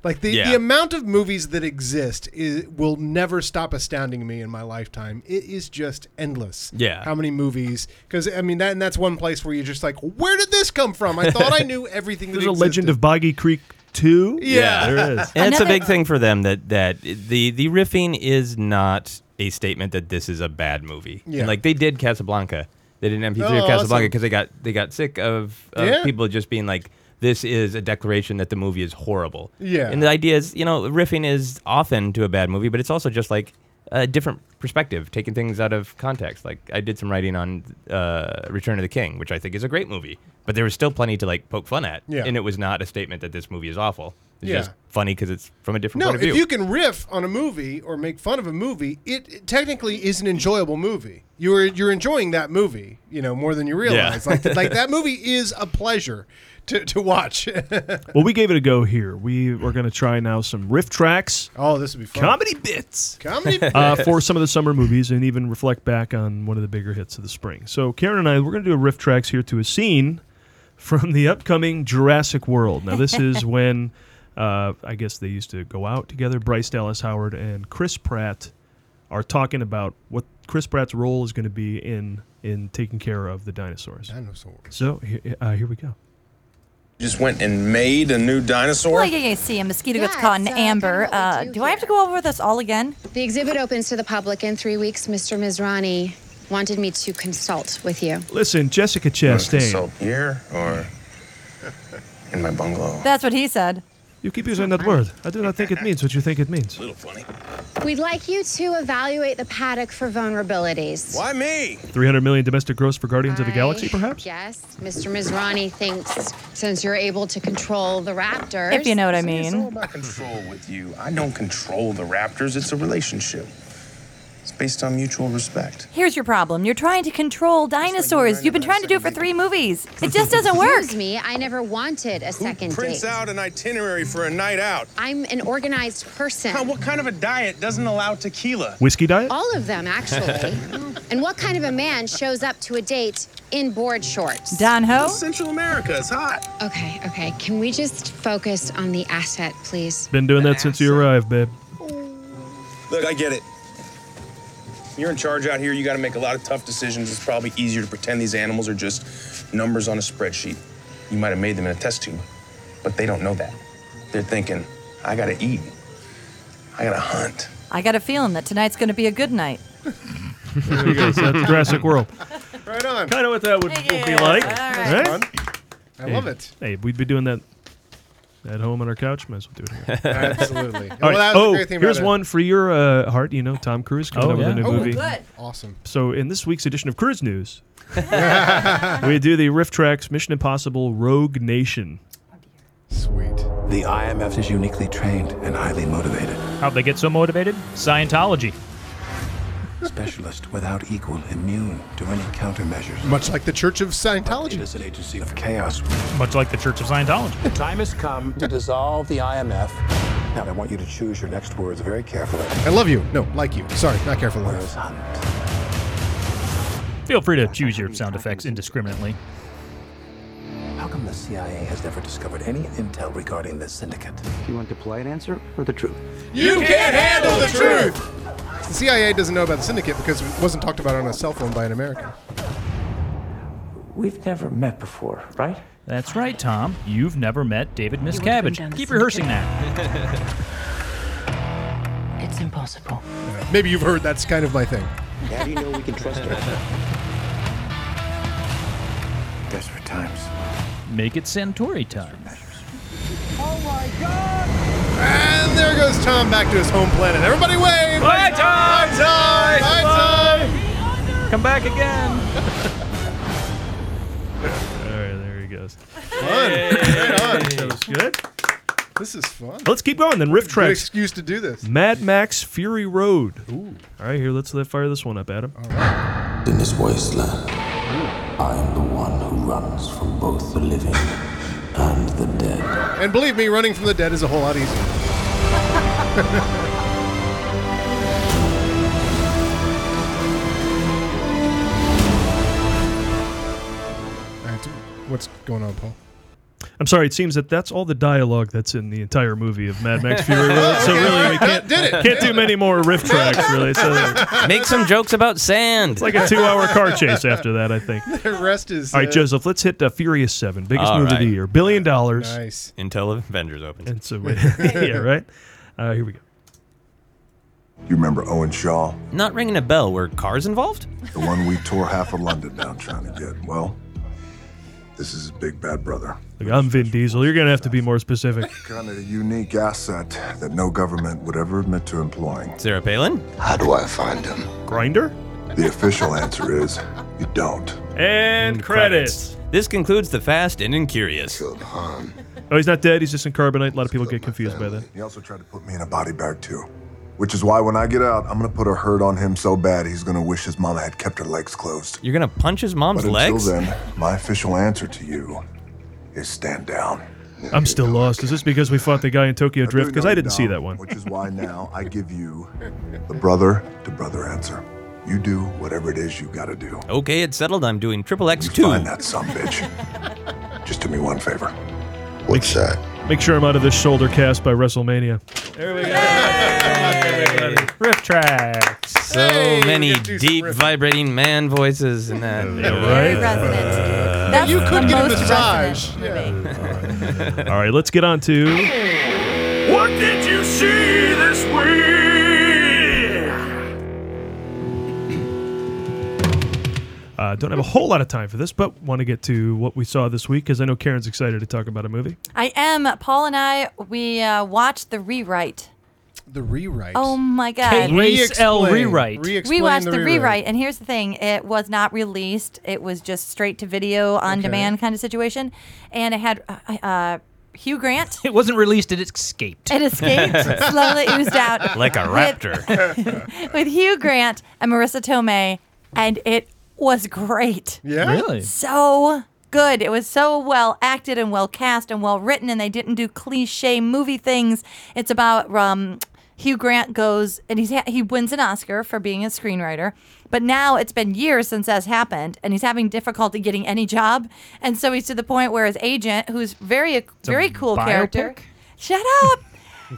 C: Like the,
E: Yeah.
C: the amount of movies that exist is, will never stop astounding me in my lifetime. It is just endless.
E: Yeah.
C: How many movies? Because I mean, that and that's one place where you're just like, where did this come from? I thought I knew everything.
B: There's
C: that
B: a Legend
C: existed."
B: of Boggy Creek 2.
C: Yeah.
B: There is.
E: And it's a
A: Another-
E: big thing for them that that the the riffing is not a statement that this is a bad movie. And,
C: Yeah.
E: like they did Casablanca. They did an MP3
C: Oh,
E: of Casablanca
C: awesome.
E: because they got they got sick of, of
C: Yeah.
E: people just being like this is a declaration that the movie is horrible.
C: Yeah.
E: And the idea is, you know, riffing is often to a bad movie, but it's also just like a different perspective, taking things out of context. Like I did some writing on uh, Return of the King, which I think is a great movie, but there was still plenty to like poke fun at.
C: Yeah.
E: And it was not a statement that this movie is awful. It's
C: Yeah.
E: just funny because it's from a different
C: No,
E: point of view.
C: if you can riff on a movie or make fun of a movie, it, it technically is an enjoyable movie. You're you're enjoying that movie, you know, more than you realize. Like like that movie is a pleasure to, to watch.
B: Well, we gave it a go here. We are going to try now some riff tracks,
C: oh, this would be fun.
B: comedy bits
C: comedy.
B: uh, for some of the summer movies, and even reflect back on one of the bigger hits of the spring. So, Karen and I, we're going to do a riff tracks here to a scene from the upcoming Jurassic World. Now, this is when uh, I guess they used to go out together. Bryce Dallas Howard and Chris Pratt are talking about what Chris Pratt's role is going to be in in taking care of the dinosaurs.
C: Dinosaur.
B: So, he- uh, here we go.
K: Just went and made a new dinosaur?
A: Well, yeah, yeah, see, a mosquito gets
K: Yeah,
A: caught in
K: it's, uh,
A: amber.
K: kinda what
A: Uh,
K: we
A: do
K: do
A: I have to
K: here.
A: go over this all again?
K: The exhibit opens to the public in three weeks. Mr. Mizrani wanted me to consult with you.
B: Listen, Jessica Chastain.
K: here or in my bungalow?
A: That's what he said.
B: You keep using that word. I do not think it means what you think it means.
K: We'd like you to evaluate the paddock for vulnerabilities. Why me?
B: 300 million domestic gross for Guardians of the Galaxy, perhaps?
K: Yes. Mr. Mizrani thinks since you're able to control the raptors.
A: If you know what I mean.
K: about control with you. I don't control the raptors. It's a relationship. It's based on mutual respect.
A: Here's your problem. You're trying to control dinosaurs. You've been trying to do it for three movies. It just doesn't work.
K: Excuse me, I never wanted a second
L: Prints
K: date.
L: out an itinerary for a night out.
K: I'm an organized person.
L: Now, what kind of a diet doesn't allow tequila?
B: Whiskey diet?
K: All of them, actually. and what kind of a man shows up to a date in board shorts?
A: Don Ho?
L: Central America is hot.
K: okay, okay. Can we just focus on the asset, please?
B: Been doing that since you arrived, babe.
L: Look, I get it. You're in charge out here. You got to make a lot of tough decisions. It's probably easier to pretend these animals are just numbers on a spreadsheet. You might have made them in a test tube, but they don't know that. They're thinking, I got to eat. I got to hunt.
A: I got a feeling that tonight's going to be a good night.
B: There you go. So that's Jurassic World.
C: Right on.
B: Kind of what that would, would be
A: Yeah,
B: like.
A: all
B: right.
C: I love it.
B: Hey, we'd be doing that at home on our couch. Might as well do it here.
C: Absolutely. well,
B: All right.
C: that was
B: oh,
C: the great thing about
B: here's
C: it.
B: one for your uh, heart. You know, Tom Cruise coming
D: Oh,
B: out with
D: yeah.
B: a new
C: Oh,
B: movie.
C: Awesome.
B: So, in this week's edition of Cruise News, we do the riff tracks Mission Impossible Rogue Nation.
M: The IMF is uniquely trained and highly motivated.
D: How'd they get so motivated? Scientology.
M: Specialist without equal, immune to any countermeasures.
C: Much like the Church of Scientology.
M: It is an agency of chaos.
D: Much like the Church of Scientology.
M: The time has come to dissolve the IMF. Now, I want you to choose your next words very carefully.
C: I love you. No, like you. Sorry, not careful.
D: Feel free to choose your sound effects indiscriminately.
M: How come the CIA has never discovered any intel regarding this syndicate?
N: You want the polite answer or the truth?
C: You can't handle the truth! The CIA doesn't know about the syndicate because it wasn't talked about on a cell phone by an American.
N: We've never met before, right?
D: That's right, Tom. You've never met David
N: You wanna bring
D: Miscavige.
N: down the
D: Keep rehearsing that.
N: it's impossible.
C: Maybe you've heard that's kind of my thing.
M: How do you know we can trust her? Desperate times.
D: Make it Santori time.
C: And there goes Tom back to his home planet. Everybody wave!
D: Bye, Tom!
C: Bye, Tom! Bye, Tom!
D: Come back again.
B: All right, there he goes.
C: Fun. Right on.
B: That was good.
C: This is fun.
B: Let's keep going then. Riff
C: Good
B: tracks.
C: excuse to do this.
B: Mad Max Fury Road. Ooh. All right, here, let's let fire this one up, Adam.
M: In this wasteland, I am the one who runs from both the living and the dead.
C: And believe me, running from the dead is a whole lot easier. Alright, so What's going on, Paul?
B: I'm sorry, it seems that that's all the dialogue that's in the entire movie of Mad Max Fury Road. So really, we can't,
C: Did it.
B: can't do many more riff tracks, really. So it's
E: Make some jokes about sand.
B: like a two hour car chase after that, I think.
C: The rest is.
B: All right,
C: uh,
B: Joseph, let's hit uh, Furious 7, biggest
E: All
B: movie of
E: right.
B: the year. Billion dollars.
C: Nice.
E: Until Avengers opens.
B: And so, we- yeah, right? Uh, here we go.
M: You remember Owen Shaw?
E: Not ringing a bell. Were cars involved?
M: The one we tore half of London down trying to get. Well, this is his big bad brother.
B: Look, I'm Vin Diesel. You're going to have to be more specific.
M: Kind of a unique asset that no government would ever admit to employing.
E: Sarah Palin?
M: How do I find him?
B: Grinder?
M: The official answer is you don't.
B: And credits.
E: This concludes the Fast and Incurious.
M: Killed Han.
B: Oh, he's not dead. He's just in carbonite. A lot of people get confused by that.
M: He also tried to put me in a body bag too. Which is why when I get out, I'm gonna put a hurt on him so bad he's gonna wish his mama had kept her legs closed.
E: You're gonna punch his mom's
M: But until
E: legs?
M: then, my official answer to you is stand down.
B: I'm still lost. Is this because we fought the guy in Tokyo Drift? Because I didn't see that one.
M: Which is why now I give you the brother to brother answer. You do whatever it is you gotta do.
E: Okay, it's settled. I'm doing Triple
M: You
E: X2.
M: find that some bitch. Just do me one favor. What's that?
B: Make sure I'm out of this shoulder cast by WrestleMania.
D: Riff tracks.
E: So
C: Hey, we
E: many
C: gotta do some
E: deep,
C: riffing.
E: vibrating man voices in that.
B: Right?
A: Resonant.
E: Uh,
A: That's
C: You could
A: the
C: get a
A: most
C: massage.
A: resonant
C: Yeah.
A: movie.
B: All right, let's get on to.
K: What did you see this week?
B: Uh, don't have a whole lot of time for this, but want to get to what we saw this week because I know Karen's excited to talk about a movie.
A: I am. Paul and I, we uh, watched the rewrite.
C: The rewrite.
A: Oh my
D: Can't
A: God.
D: wait. Race L
C: Re-explain.
D: rewrite.
C: Re-explain
A: We watched the rewrite. and here's the thing it was not released, it was just straight to video on demand kind of situation. And it had uh, uh, Hugh Grant.
D: It wasn't released. It escaped.
A: It escaped, slowly oozed out.
E: Like a
A: with-
E: raptor.
A: with Hugh Grant and Marissa Tomei, and it was great.
C: Yeah.
D: Really?
A: So good. It was so well acted and well cast and well written, and they didn't do cliche movie things. It's about um, Hugh Grant goes and he's ha- he wins an Oscar for being a screenwriter, but now it's been years since that's happened, and he's having difficulty getting any job, and so he's to the point where his agent, who's very very cool character,
D: biopic?
A: shut up.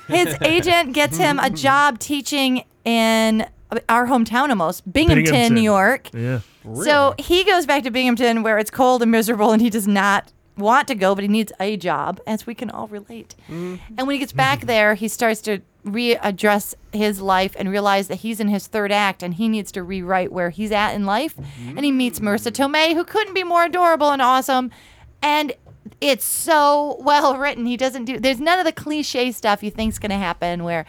A: His agent gets him a job teaching in our hometown almost, Binghamton,
B: Binghamton.
A: New York.
B: Yeah.
A: So he goes back to Binghamton where it's cold and miserable and he does not want to go, but he needs a job, as we can all relate. And when he gets back there, he starts to readdress his life and realize that he's in his third act and he needs to rewrite where he's at in life. And he meets Marissa Tomei, who couldn't be more adorable and awesome. And it's so well written. He doesn't do, there's none of the cliche stuff you think's going to happen where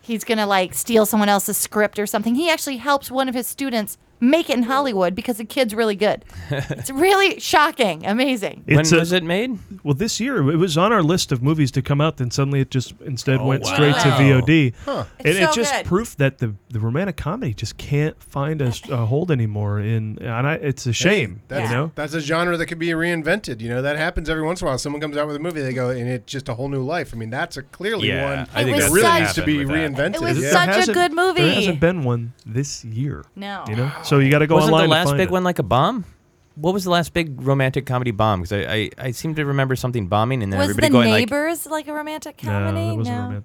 A: he's gonna like steal someone else's script or something. He actually helps one of his students make it in Hollywood because the kid's really good. it's really shocking, amazing.
B: it
E: made?
B: Well, this year it was on our list of movies to come out, then suddenly it just instead
E: Oh,
B: went
E: wow.
B: straight to VOD.
E: Huh.
B: And
E: It's
B: it's
E: so
B: just
E: good.
B: proof that the, the romantic comedy just can't find a, a hold anymore. In and I, it's a shame,
C: That's,
B: you know.
C: that's a genre that could be reinvented. You know, that happens every once in a while. Someone comes out with a movie, they go, and it's just a whole new life. I mean, that's a clearly
B: Yeah,
C: one
B: I think
C: that
B: that's
C: really
B: what
C: needs to be
B: happened
C: reinvented.
A: It was
C: yeah.
A: such a
B: hasn't-
A: good
B: There
A: movie.
B: hasn't been one this year.
A: No.
B: you know. So you got to go
E: Wasn't
B: online.
E: the
B: to
E: last
B: find
E: big
B: it.
E: one like a bomb? What was the last big romantic comedy bomb? Because I, I, I seem to remember something bombing and then
A: Was
E: everybody
A: the
E: going like,
A: neighbors like, a romantic comedy?
C: wow,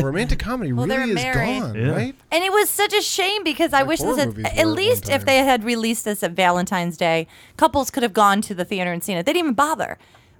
C: romantic comedy
A: Well,
C: really is
A: they're married.
C: gone,
E: Yeah.
C: right?
A: And it was such a shame because I wish
C: horror
A: this had,
C: movies were
A: at
C: at one
A: least if they had released this at Valentine's Day, couples could have gone to the theater and seen it. They didn't even bother.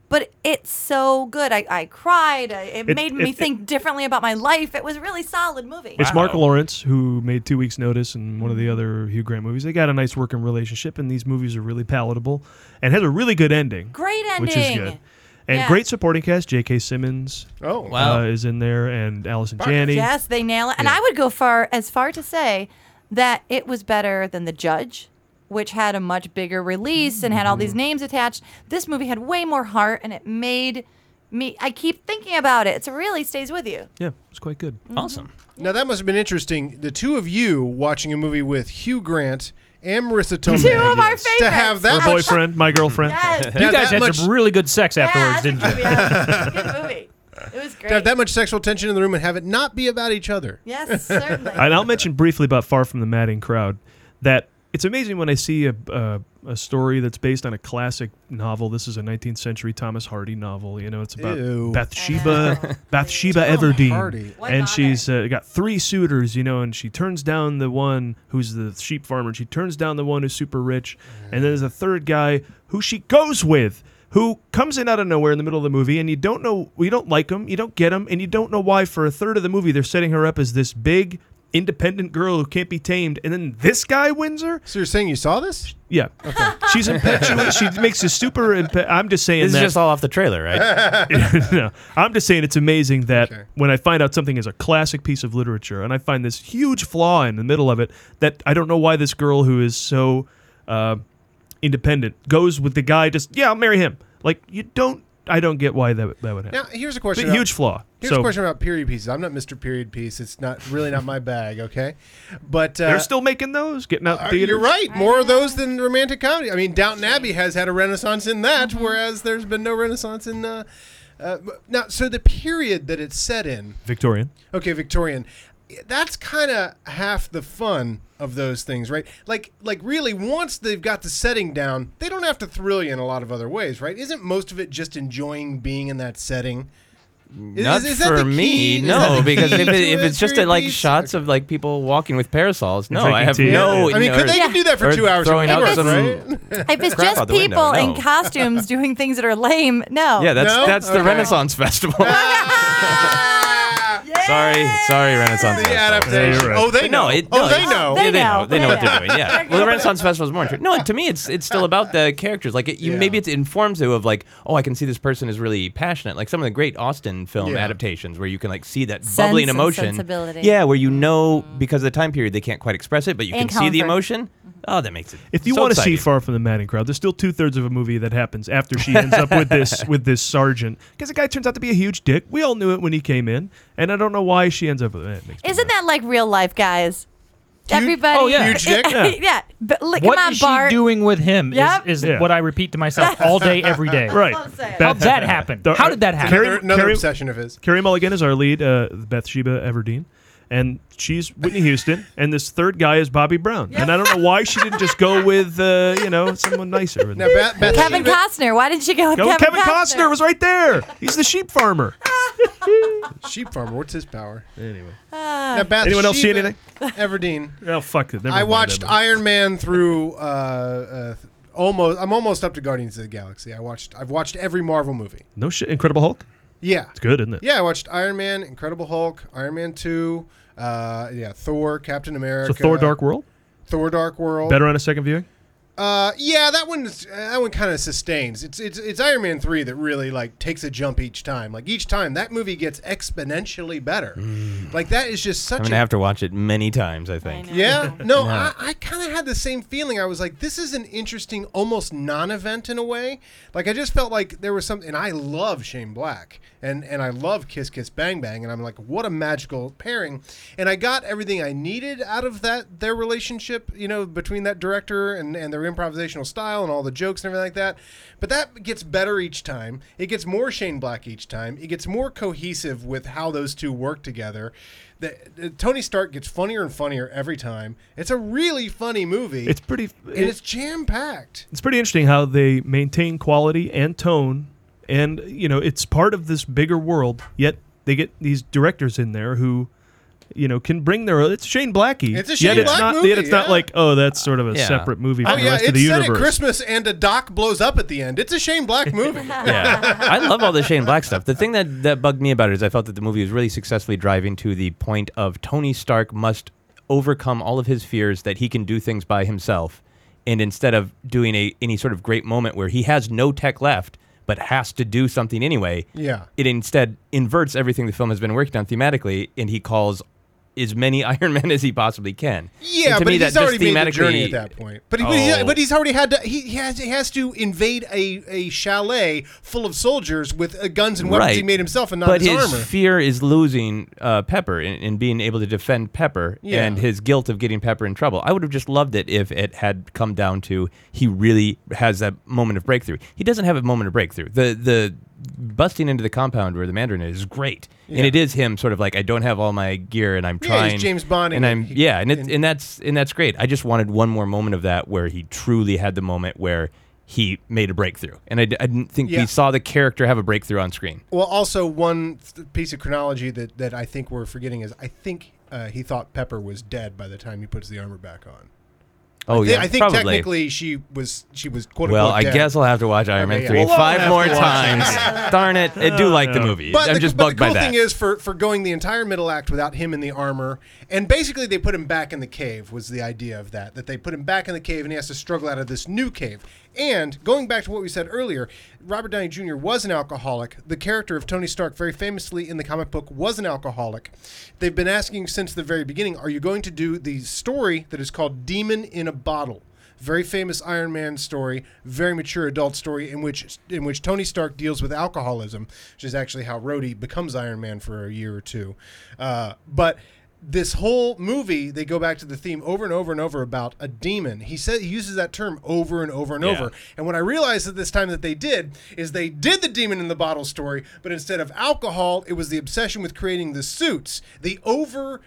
A: But it's so good. I, I cried. I- It,
B: It-
A: made me
B: it-
A: think differently about my life. It was a really solid movie.
B: It's Mark Lawrence who made Two Weeks Notice and one of the other Hugh Grant movies. They got a nice working relationship, and these movies are really palatable and has a really good ending.
A: Great
B: which is
A: ending.
B: good. And
A: Yeah.
B: great supporting cast. J.K. Simmons,
C: oh
E: Wow.
B: uh, is in there, and Allison Janney.
A: Yes, they nail it. And I would go far as far to say that it was better than The Judge, which had a much bigger release and had all
E: Mm-hmm.
A: these names attached. This movie had way more heart and it made me I keep thinking about it. It really stays with you.
B: Yeah, it's quite good.
A: Mm-hmm.
E: Awesome.
C: Now that must have been interesting. The two of you watching a movie with Hugh Grant and Marissa Tomei.
A: Two of our
C: To have
A: favorites.
C: that
B: Her
C: much-
B: boyfriend, my girlfriend.
C: Yes.
D: You
C: Yeah,
D: guys
C: that
D: had
C: much-
D: some really good sex afterwards, didn't you?
A: Good movie. It was
C: To have that much sexual tension in the room and have it not be about each other.
A: Yes, certainly.
B: and I'll mention briefly about Far From the Madding Crowd that it's amazing when I see a, a, a story that's based on a classic novel. This is a 19th century Thomas Hardy novel. You know, it's about
C: Ew.
B: Bathsheba, Bathsheba
C: Tom
B: Everdeen.
C: Hardy. What
B: And she's uh, got three suitors, you know, and she turns down the one who's the sheep farmer. And she turns down the one who's super rich. And then there's a third guy who she goes with. Who comes in out of nowhere in the middle of the movie, and you don't know, you don't like him, you don't get him, and you don't know why. For a third of the movie, they're setting her up as this big, independent girl who can't be tamed, and then this guy wins her.
C: So you're saying you saw this?
B: Yeah, she's impetuous. She makes a super. Impe- I'm just saying
E: This is
B: that-
E: just all off the trailer, right?
B: no, I'm just saying it's amazing that when I find out something is a classic piece of literature, and I find this huge flaw in the middle of it, that I don't know why this girl who is so uh, independent goes with the guy. Just yeah, I'll marry him. Like you don't. I don't get why that that would happen.
C: Now here's a question.
B: But
C: about-
B: huge flaw.
C: Here's
B: so
C: a question about period pieces. I'm not Mr. Period Piece. It's not really not my bag. Okay, but uh,
B: they're still making those, getting out
C: Uh,
B: theaters.
C: You're right. More of those than romantic comedy. I mean, Downton Abbey has had a renaissance in that, whereas there's been no renaissance in. Uh, uh, now, so the period that it's set in,
B: Victorian.
C: okay, Victorian, that's kind of half the fun of those things, right? Like, like really, once they've got the setting down, they don't have to thrill you in a lot of other ways, right? Isn't most of it just enjoying being in that setting? Is-
E: Not
C: is that
E: for
C: the
E: me,
C: key? Is that
E: no.
C: the
E: Because
C: key
E: if,
C: to
E: it, if
C: a
E: it's just a, like
C: period piece?
E: shots of like people walking with parasols, no,
B: drinking
E: I have
B: tea.
E: no.
C: Yeah. I mean,
E: you
C: could
E: know,
C: they could do that for
E: or
C: two hours a
E: Throwing
C: week,
E: out
C: right?
E: some
A: If it's
E: crap
A: just
E: out the window,
A: people in
E: no.
A: costumes doing things that are lame,
B: Oh.
A: no.
E: Yeah, that's
A: No?
E: that's the
A: Okay.
E: Renaissance Festival. Sorry, sorry, Renaissance Festival.
C: adaptation. Yeah, you're right. Oh, they
E: But
C: know.
E: No, it,
C: Oh,
E: no,
C: they
E: it's-
C: know.
E: Yeah,
C: They
E: they
C: know.
E: know. They know what
C: Yeah.
E: they're doing. Yeah. Well, the Renaissance Festival is more interesting. No, to me, it's it's still about the characters. Like, it, you, maybe it informs you of like, oh, I can see this person is really passionate. Like some of the great Austin film
B: Yeah.
E: adaptations where you can like see that
B: Sense
E: bubbling
B: and
E: emotion.
B: sensibility. Mm.
E: Yeah, where you know because of the time period they can't quite express it, but you
B: And
E: can see the
B: comfort.
E: emotion. Oh, that makes it.
B: If you
E: so
B: want to see
E: exciting.
B: Far from the Madding Crowd, there's still two thirds of a movie that happens after she ends up with this with this sergeant because the guy turns out to be a huge dick. We all knew it when he came in, and I don't know why she ends up with it. makes-
A: Isn't that like real life, guys? Everybody,
D: Oh, yeah. Huge dick?
A: yeah. But, like,
D: What
A: come on,
D: is
A: Bart.
D: she doing with him?
A: Yep.
D: Is, is
B: Yeah.
D: what I repeat to myself all day, every day.
B: Right.
D: How'd that happen? How did that happen?
B: Carrie- Carrie-
C: of his.
B: Carrie Mulligan is our lead, uh, Bathsheba Everdeen, and she's Whitney Houston, and this third guy is Bobby Brown. And I don't know why she didn't just go with uh, you know someone nicer.
C: Now, Beth- Beth-
A: Kevin Costner. Why didn't she go with
B: Go with
A: Kevin,
B: Kevin Costner was right there. He's the sheep farmer.
C: Sheep farmer. What's his power? Anyway.
A: Ah.
C: Now, Bathsheba,
B: Anyone else see anything?
C: Everdeen.
B: Oh fuck it. Never
C: I
B: mind,
C: watched
B: never mind.
C: Iron Man through uh, uh, th- almost. I'm almost up to Guardians of the Galaxy. I watched. I've watched every Marvel movie.
B: No shit. Incredible Hulk.
C: Yeah,
B: It's good, isn't it?
C: Yeah, I watched Iron Man, Incredible Hulk, Iron Man Two. Uh, yeah, Thor, Captain America.
B: So Thor: Dark World.
C: Thor Dark World.
B: Better on a second viewing.
C: Uh, yeah, that one's uh, that one kind of sustains. It's it's it's Iron Man three that really like takes a jump each time. Like each time that movie gets exponentially
B: Mm.
C: better. Like that is just
E: I'm
C: Mm. such
E: gonna
C: a
E: have to watch it many times. I think.
C: yeah. No,
E: Yeah.
C: I, I kind of of had the same feeling. I was like, this is an interesting, almost non-event in a way. Like I just felt like there was something. And I love Shane Black, and and I love Kiss Kiss Bang Bang, and I'm like, what a magical pairing. And I got everything I needed out of that their relationship, you know, between that director and and their improvisational style and all the jokes and everything like that. But that gets better each time. It gets more Shane Black each time. It gets more cohesive with how those two work together. The, the- Tony Stark gets funnier and funnier every time. It's a really funny movie.
B: It's pretty.
C: and it's jam packed.
B: It's pretty interesting how they maintain quality and tone, and you know it's part of this bigger world. Yet they get these directors in there who, you know, can bring their. It's Shane Blackie.
C: It's a
B: yet
C: Shane
B: it's
C: Black
B: not,
C: movie,
B: Yet it's not
C: yeah.
B: like oh that's sort of a separate movie from
C: Oh
B: the
C: yeah,
B: rest of
C: it's
B: the
C: set
B: universe.
C: at Christmas and a doc blows up at the end. It's a Shane Black movie.
E: yeah, I love all the Shane Black stuff. The thing that that bugged me about it is I felt that the movie was really successfully driving to the point of Tony Stark must overcome all of his fears that he can do things by himself, and instead of doing a any sort of great moment where he has no tech left but has to do something anyway,
C: Yeah.
E: it instead inverts everything the film has been working on thematically, and he calls. As many Iron Man as he possibly can.
C: Yeah,
E: And to
C: but
E: me,
C: he's
E: that
C: already
E: just
C: made the journey at
E: thematically-
C: that point. But, he, but, he-
E: Oh.
C: but he's already had to. He, he has he has to invade a, a chalet full of soldiers with uh, guns and weapons he made himself and not
E: but
C: his,
E: his
C: armor.
E: fear is losing uh, Pepper and, and being able to defend Pepper
C: Yeah.
E: and his guilt of getting Pepper in trouble. I would have just loved it if it had come down to he really has that moment of breakthrough. He doesn't have a moment of breakthrough. The the busting into the compound where the Mandarin is is great,
C: Yeah.
E: and it is him sort of like I don't have all my gear and I'm
C: Yeah,
E: trying.
C: he's James Bonding
E: and
C: it.
E: I'm
C: He-
E: yeah, and it's, and that's and that's great. I just wanted one more moment of that where he truly had the moment where. He made a breakthrough, and I, d- I didn't think
C: Yeah.
E: we saw the character have a breakthrough on screen.
C: Well, also one th- piece of chronology that, that I think we're forgetting is I think uh, he thought Pepper was dead by the time he puts the armor back on.
E: Oh
C: I thi-
E: yeah,
C: I think
E: probably.
C: technically she was she was quote
E: Well,
C: unquote.
E: I
C: dead.
E: guess I'll have to watch Iron Man
C: Okay, yeah.
E: three
C: Well, I'll
E: five
C: have
E: more
C: to watch
E: times.
C: it.
E: Darn it! I do like the movie.
C: But
E: I'm
C: the,
E: just
C: but
E: bugged
C: the cool
E: by that.
C: thing is for for going the entire middle act without him in the armor, and basically they put him back in the cave was the idea of that. That they put him back in the cave and he has to struggle out of this new cave. And going back to what we said earlier, Robert Downey Jr. was an alcoholic. The character of Tony Stark, very famously in the comic book, was an alcoholic. They've been asking since the very beginning, are you going to do the story that is called Demon in a Bottle? very famous Iron Man story, very mature adult story in which in which Tony Stark deals with alcoholism, which is actually how Rhodey becomes Iron Man for a year or two. Uh, but this whole movie, they go back to the theme over and over and over about a demon. He said he uses that term over and over and
E: Yeah.
C: over. And what I realized at this time that they did is they did the demon in the bottle story, but instead of alcohol, it was the obsession with creating the suits, the over.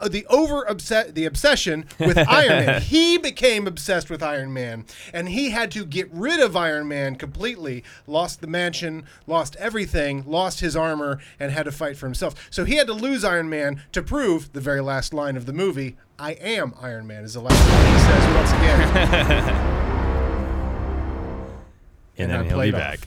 C: Uh, the over obset the obsession with Iron Man. He became obsessed with Iron Man, and he had to get rid of Iron Man completely. Lost the mansion, lost everything, lost his armor, and had to fight for himself. So he had to lose Iron Man to prove the very last line of the movie: "I am Iron Man." Is the last line he says once again.
E: and
C: I
E: then he'll be
C: played
E: back.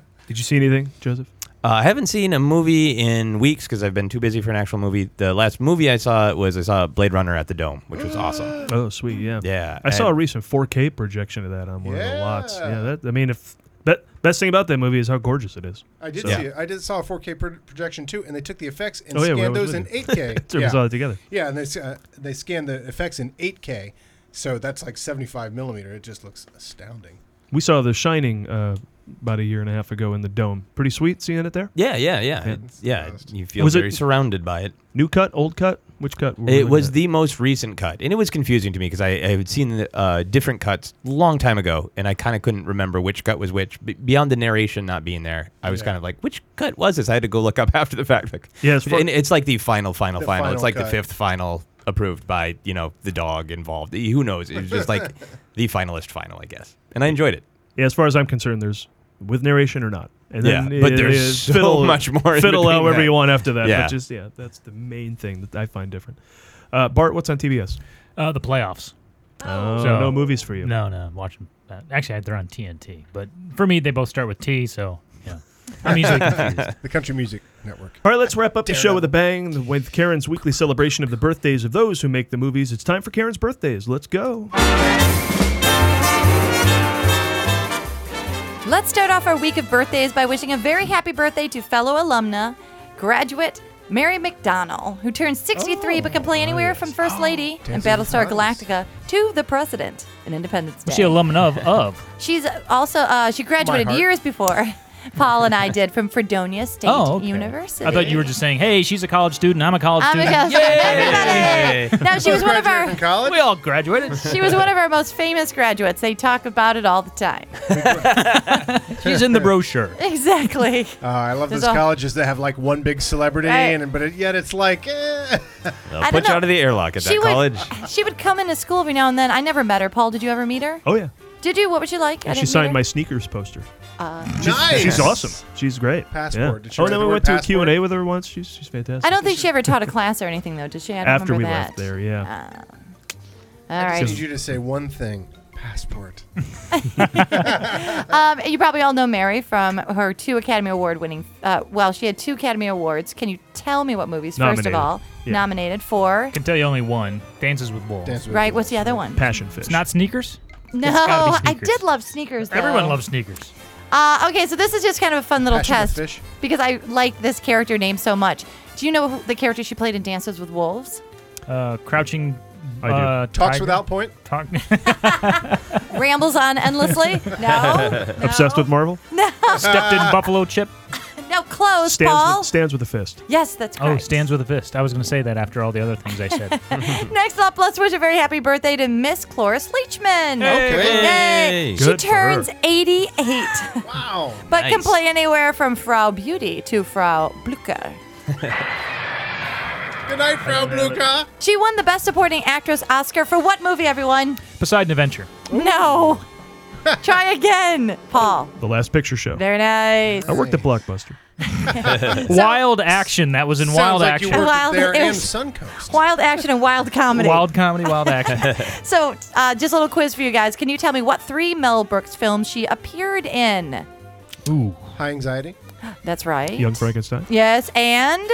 B: Did you see anything, Joseph?
E: Uh, I haven't seen a movie in weeks because I've been too busy for an actual movie. The last movie I saw was I saw Blade Runner at the Dome, which was awesome.
B: Oh, sweet, yeah.
E: Yeah,
B: I saw a
E: and-
B: recent 4K projection of that on one of the lots. Yeah, that, I mean, if that best thing about that movie is how gorgeous it is.
C: I did
B: So-
C: see it. I did saw a 4K pro- projection too, and they took the effects and
B: Oh, yeah,
C: scanned
B: we went
C: those in
B: with it.
C: 8K.
B: So we saw it together.
C: Yeah, and they s- uh, they scanned the effects in 8K, so that's like 75 millimeter. It just looks astounding.
B: We saw The Shining uh, about a year and a half ago in the dome. Pretty sweet seeing it there.
E: Yeah, yeah, yeah, It- yeah. You feel
B: Was it-
E: very surrounded by it.
B: New cut, old cut, which cut? were we
E: It
B: looking
E: was
B: at?
E: the most recent cut, and it was confusing to me because I, I had seen the, uh, different cuts long time ago, and I kind of couldn't remember which cut was which. Be beyond the narration not being there, I was
B: Yeah.
E: kind of like, which cut was this? I had to go look up after the fact. Like,
B: Yeah, it's for-
E: and it's like the final, final,
B: The
E: final.
B: final
E: It's like
B: cut.
E: the fifth final approved by you know the dog involved. E, Who knows? It was just like the finalist final, I guess. And I enjoyed it.
B: Yeah, as far as I'm concerned, there's with narration or not. And then
E: Yeah, but
B: it
E: there's
B: is
E: so
B: fiddle,
E: much more in
B: Fiddle
E: between
B: however
E: that.
B: you want after that.
E: Yeah.
B: But just yeah, that's the main thing that I find different. Uh, Bart, what's on TBS?
D: Uh, the playoffs.
B: Oh, no movies for you.
D: No, no, I'm watching. That. Actually, they're on TNT, but for me, they both start with T, so yeah. I'm easily confused.
C: the Country Music Network.
B: All right, let's wrap up the show with a bang with Karen's weekly celebration of the birthdays of those who make the movies. It's time for Karen's birthdays. Let's go.
A: Let's start off our week of birthdays by wishing a very happy birthday to fellow alumna, graduate, Mary McDonnell, who turned 63 but can play anywhere from First Lady and
D: Oh, Dancing with
A: Battlestar Galactica to the President in Independence Day.
D: What's she alumna of? Of.
A: She's also, uh, she graduated
D: heart.
A: years before Paul and I did from Fredonia State
D: Oh, okay.
A: University.
D: I thought you were just saying, hey, she's a college student. I'm a college
A: I'm a
D: student.
A: college
D: Yay!
A: student. No, she was one of our.
D: We all graduated.
A: She was one of our most famous graduates. They talk about it all the time.
D: She's in the brochure.
A: Exactly.
C: Uh, I love
A: There's
C: those
A: a-
C: colleges that have like one big celebrity,
A: Right.
C: and but it, yet it's like eh.
E: They'll
A: I don't
E: put you
A: know.
E: out of the airlock at that
A: would,
E: college.
A: She would come into school every now and then. I never met her. Paul, did you ever meet her?
B: Oh yeah,
A: Did you? What would you like? I
B: she
A: didn't meet
B: signed
A: her.
B: my sneakers poster.
A: Uh,
B: She's,
C: Nice.
B: she's awesome. She's great.
C: Passport.
B: Yeah.
C: Did she
B: oh,
C: write
B: and then
C: the
B: we
C: word
B: went to a Q and A with her once. She's she's fantastic.
A: I don't think she ever taught a class or anything though, did she? I don't
B: After we
A: remember that. Uh,
B: left there, yeah.
A: All
C: I
A: right.
C: just need you to say one thing: passport.
A: um, you probably all know Mary from her two Academy Award winning. Uh, well, she had two Academy Awards. Can you tell me what movies, first of
D: Nominated.
A: all,
D: Yeah.
A: nominated for?
D: can tell you only one. Dances with Wolves.
A: Right, what's the other one?
B: Passion Fish.
D: It's not sneakers?
A: No,
D: It's gotta be
A: I
D: sneakers.
A: did love sneakers. Though.
D: Everyone loves sneakers.
A: Uh, okay, so this is just kind of a fun little
D: Passion of
A: test
D: Fish?
A: because I like this character name so much. Do you know who the character she played in Dances with Wolves?
D: Uh, crouching.
B: do.
D: Uh,
C: Talks
D: tiger.
C: without point.
D: Talk.
A: Rambles on endlessly? No,
B: Obsessed with Marvel.
A: no.
D: Stepped in buffalo chip.
A: No, close,
D: Stands with-
A: Paul.
B: Stands with a fist.
A: yes, that's
D: Oh,
A: correct.
D: stands with a fist. I was going to say that after all the other things I said.
A: Next up, let's wish a very happy birthday to Miss Cloris Leachman.
D: Okay.
A: Yay. She
D: Good for her.
A: turns 88.
C: wow.
A: But can
D: Nice.
A: play anywhere from Frau Beauty to Frau Blücher.
C: Good night, Frau Blucher.
A: She won the Best Supporting Actress Oscar for what movie, everyone?
D: Poseidon Adventure.
A: No. Try again, Paul.
B: The Last Picture Show.
A: Very nice.
B: I worked at Blockbuster.
D: wild action. That was in Wild Action.
A: Wild- it was- Wild action and wild comedy.
D: Wild comedy, wild action.
A: So, uh, just a little quiz for you guys. Can you tell me what three Mel Brooks films she appeared in?
B: Ooh.
C: High anxiety.
A: That's right.
B: Young Frankenstein.
A: Yes, and.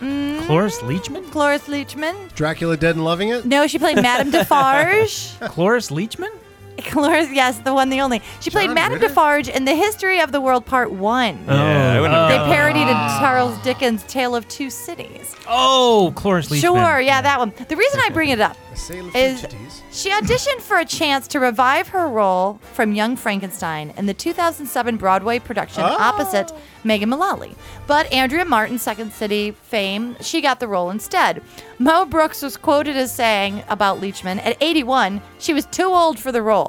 A: Mm,
D: Cloris Leachman?
A: Cloris Leachman.
C: Dracula Dead and Loving It.
A: No, she played Madame Defarge.
D: Cloris Leachman?
A: Cloris, yes, the one, the only. She played
D: John
A: Madame
D: Ritter?
A: Defarge in The History of the World Part 1.
D: Yeah, I wouldn't have
A: They
D: gotten
A: parodied
D: that.
A: a Charles Dickens' Tale of Two Cities.
D: Oh, Cloris Leachman.
A: Sure, yeah, that one. The reason I bring it up
C: Sale of
A: is
C: entities.
A: she auditioned for a chance to revive her role from Young Frankenstein in the 2007 Broadway production
F: Oh.
A: opposite Megan Mullally. But Andrea Martin, Second City fame, she got the role instead. Mo Brooks was quoted as saying about Leachman, at 81, she was too old for the role.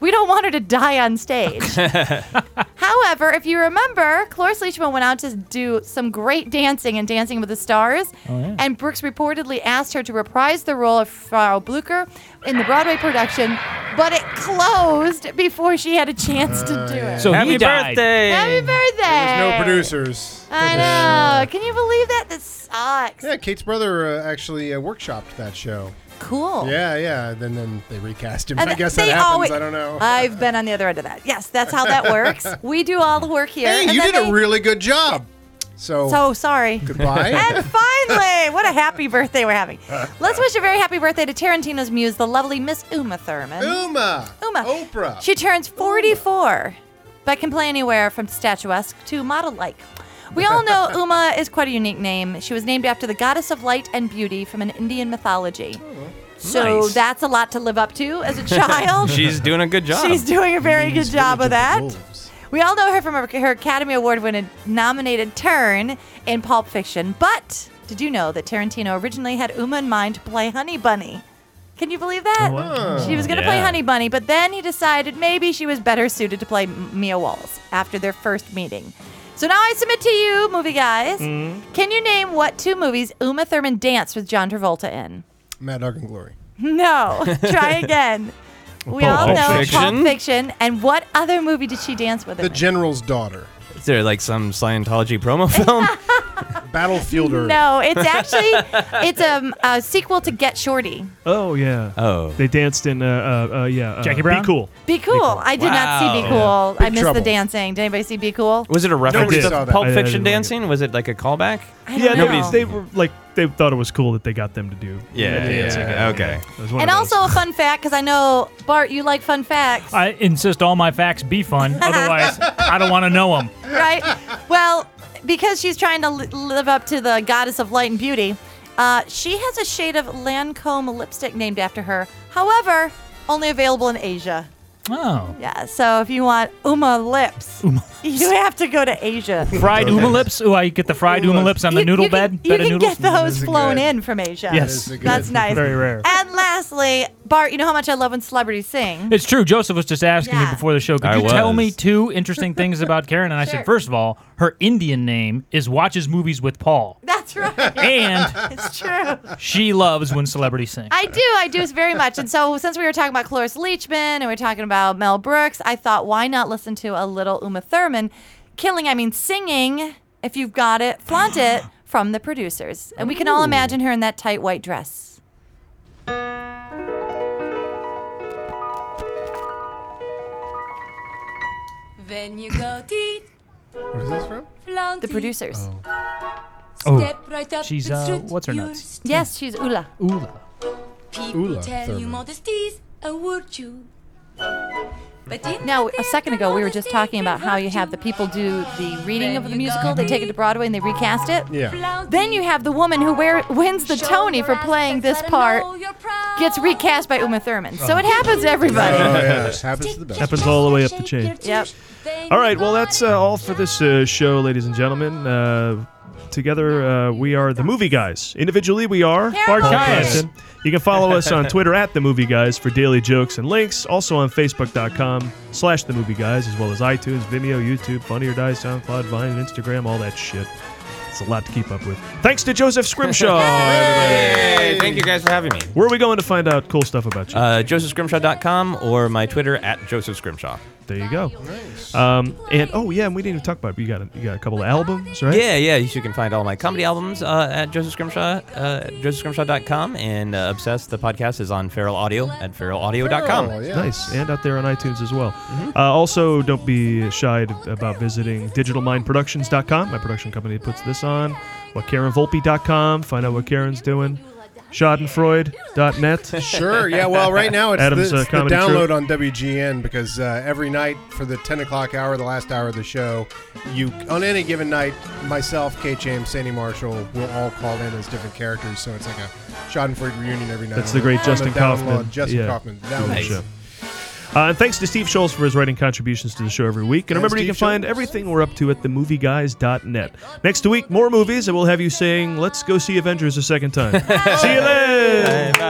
A: We don't want her to die on stage. However, if you remember, Cloris Leachman went out to do some great dancing in Dancing with the Stars,
F: Oh, yeah.
A: and Brooks reportedly asked her to reprise the role of Frau Blücher in the Broadway production, but it closed before she had a chance to do it.
D: So he died.
A: Happy birthday!
C: There's no producers.
A: I know. Can you believe that? That sucks.
C: Yeah, Kate's brother uh, actually uh, workshopped that show.
A: Cool.
C: Yeah, yeah. Then then they recast him.
A: And
C: I guess that
A: they
C: happens.
A: always-
C: I don't know.
A: I've been on the other end of that. Yes, that's how that works. We do all the work here.
C: hey,
A: and
C: you
A: then
C: did
A: they-
C: a really good job. So
A: So sorry.
C: Goodbye.
A: and finally, what a happy birthday we're having. Let's wish a very happy birthday to Tarantino's muse, the lovely Miss Uma Thurman.
C: Uma.
A: Uma.
F: Oh.
C: Oprah.
A: She turns 44, but can play anywhere from statuesque to model like. We all know Uma is quite a unique name. She was named after the goddess of light and beauty from an Indian mythology. So
E: Nice.
A: that's a lot to live up to as a child.
E: She's doing a good job.
A: She's doing a very good
E: Indian's
A: job
E: Village
A: of
E: of
A: that. We all know her from her, her Academy Award winning nominated turn in Pulp Fiction, but did you know that Tarantino originally had Uma in mind to play Honey Bunny? Can you believe that?
F: Oh, wow.
A: She was going to play
F: Yeah.
A: Honey Bunny, but then he decided maybe she was better suited to play M- Mia Wallace after their first meeting. So now I submit to you, movie guys.
C: Mhm.
A: Can you name what two movies Uma Thurman danced with John Travolta in?
C: Mad Dog and Glory.
A: No. Try again. We
C: Pulp
A: all know Pulp
E: Fiction.
A: Fiction. And what other movie did she dance with?
C: The
A: him in?
C: General's Daughter.
E: Is there like some Scientology promo film?
C: Battlefield Earth.
A: No, it's actually it's um, a sequel to Get Shorty.
B: Oh yeah. Oh. They danced in uh uh, uh yeah. Uh,
D: Jackie Brown?
B: Be cool.
A: Be cool. I did not see Be
B: Wow.
A: Cool.
B: Yeah.
A: I
B: Big
A: missed
B: Trouble.
A: the dancing. Did anybody see Be Cool?
E: Was it a reference
B: Nobody
E: to
B: saw that.
E: Pulp
B: I- I
E: Fiction
B: didn't like
E: dancing? Was it like a callback?
A: I
B: Yeah,
A: don't
B: nobody.
A: know.
B: They were like they thought it was cool that they got them to do.
E: Yeah,
B: the
E: yeah,
B: dancing.
E: yeah, okay.
B: It was one
A: And
B: of those.
A: also a fun fact, because I know Bart, you like fun facts,
D: I insist all my facts be fun. Otherwise, I don't want to know them.
A: right? Well, because she's trying to li- live up to the goddess of light and beauty, uh, she has a shade of Lancome lipstick named after her. However, only available in Asia.
D: Oh.
A: Yeah, so if you want Uma lips, you have to go to Asia.
D: Fried Uma lips? Oh, I get the fried Uma lips on the
A: You-
D: noodle
A: you
D: bed.
A: can, You
D: bed of
A: can
D: noodles.
A: get those flown in from Asia.
D: Yes. That is a good-
A: that's nice.
D: Very rare.
A: And lastly, Bart, you know how much I love when celebrities sing.
D: It's true. Joseph was just asking me before the show. Could
E: I
D: you tell
E: was.
D: me two interesting things about Karen? And I
A: Sure.
D: said, first of all, her Indian name is watches movies with Paul.
A: That's right.
D: And-
A: it's true.
D: She loves when celebrities sing.
A: I do, I do very much. And so, since we were talking about Cloris Leachman and we are talking about Mel Brooks, I thought, why not listen to a little Uma Thurman? Killing, I mean, singing, if you've got it, flaunt it from the producers. And we can all
G: Ooh.
A: imagine her in that tight white dress.
F: When you go deep,
C: Where's this from?
F: flaunt
A: The
F: it.
A: producers.
D: Oh.
F: Step right up
D: She's,
F: and
D: uh,
F: strut
D: what's her
F: your
D: nuts?
F: step.
A: Yes, she's Ula.
D: Ula.
F: People
A: Ula
F: tell you Oh,
A: Thurman.
F: modesty's a virtue. But in
A: Now, a second ago, we were just talking about how you have the people do the reading of the musical, they take it to Broadway and they recast it.
C: Yeah.
A: Then you have the woman who wear, wins the Tony for playing this part gets recast by Uma Thurman.
D: Oh.
A: So it happens to everybody.
C: Oh, yeah. Happens to the best.
B: Happens all the way up the chain.
A: Yep.
B: All right, well, that's uh, all for this uh, show, ladies and gentlemen. Uh, together, uh, we are the Movie Guys. Individually, we are Bart
D: Guys.
B: Preston. You can follow us on Twitter at The Movie Guys for daily jokes and links. Also on Facebook.com slash The Movie Guys, as well as iTunes, Vimeo, YouTube, Funny or Die, SoundCloud, Vine, and Instagram, all that shit. It's a lot to keep up with. Thanks to Joseph Scrimshaw, everybody.
E: Hey, thank you guys for having me.
B: Where are we going to find out cool stuff about you?
E: Uh, josephscrimshaw.com or my Twitter at josephscrimshaw.
B: There you go. Um, and oh yeah, and we didn't even talk about. It. You got a, you got a couple of albums, right?
E: Yeah, yeah. You can find all my comedy albums uh, at Joseph Scrimshaw, uh, at josephscrimshaw.com, and uh, Obsessed, the podcast, is on Feral Audio at feralaudio.com.
C: Feral, yeah. Mm-hmm.
B: Nice, and out there on iTunes as well. Uh, also, don't be shy to- about visiting digitalmindproductions.com. My production company puts this on. WhatKarenVolpe.com. Find out what Karen's doing. Schadenfreude.net.
C: Sure. Yeah. Well, right now it's,
B: Adam's
C: the,
B: uh,
C: it's the
B: comedy
C: download
B: troupe.
C: on WGN because uh, every night for the 10 o'clock hour, the last hour of the show, you on any given night, myself, Kate James, Sandy Marshall, will all call in as different characters. So it's like a Schadenfreude reunion every night.
B: That's the great
C: on
B: Justin
C: download,
B: Kaufman.
C: Justin
B: Yeah.
C: Kaufman.
B: Good
C: That was
B: show. Uh, and thanks to Steve Schultz for his writing contributions to the show every week. And
C: And
B: remember, you
C: Steve
B: can find everything we're up to at themovieguys.net. Next week, more movies, and we'll have you saying, let's go see Avengers a second time. see you then.
E: Bye.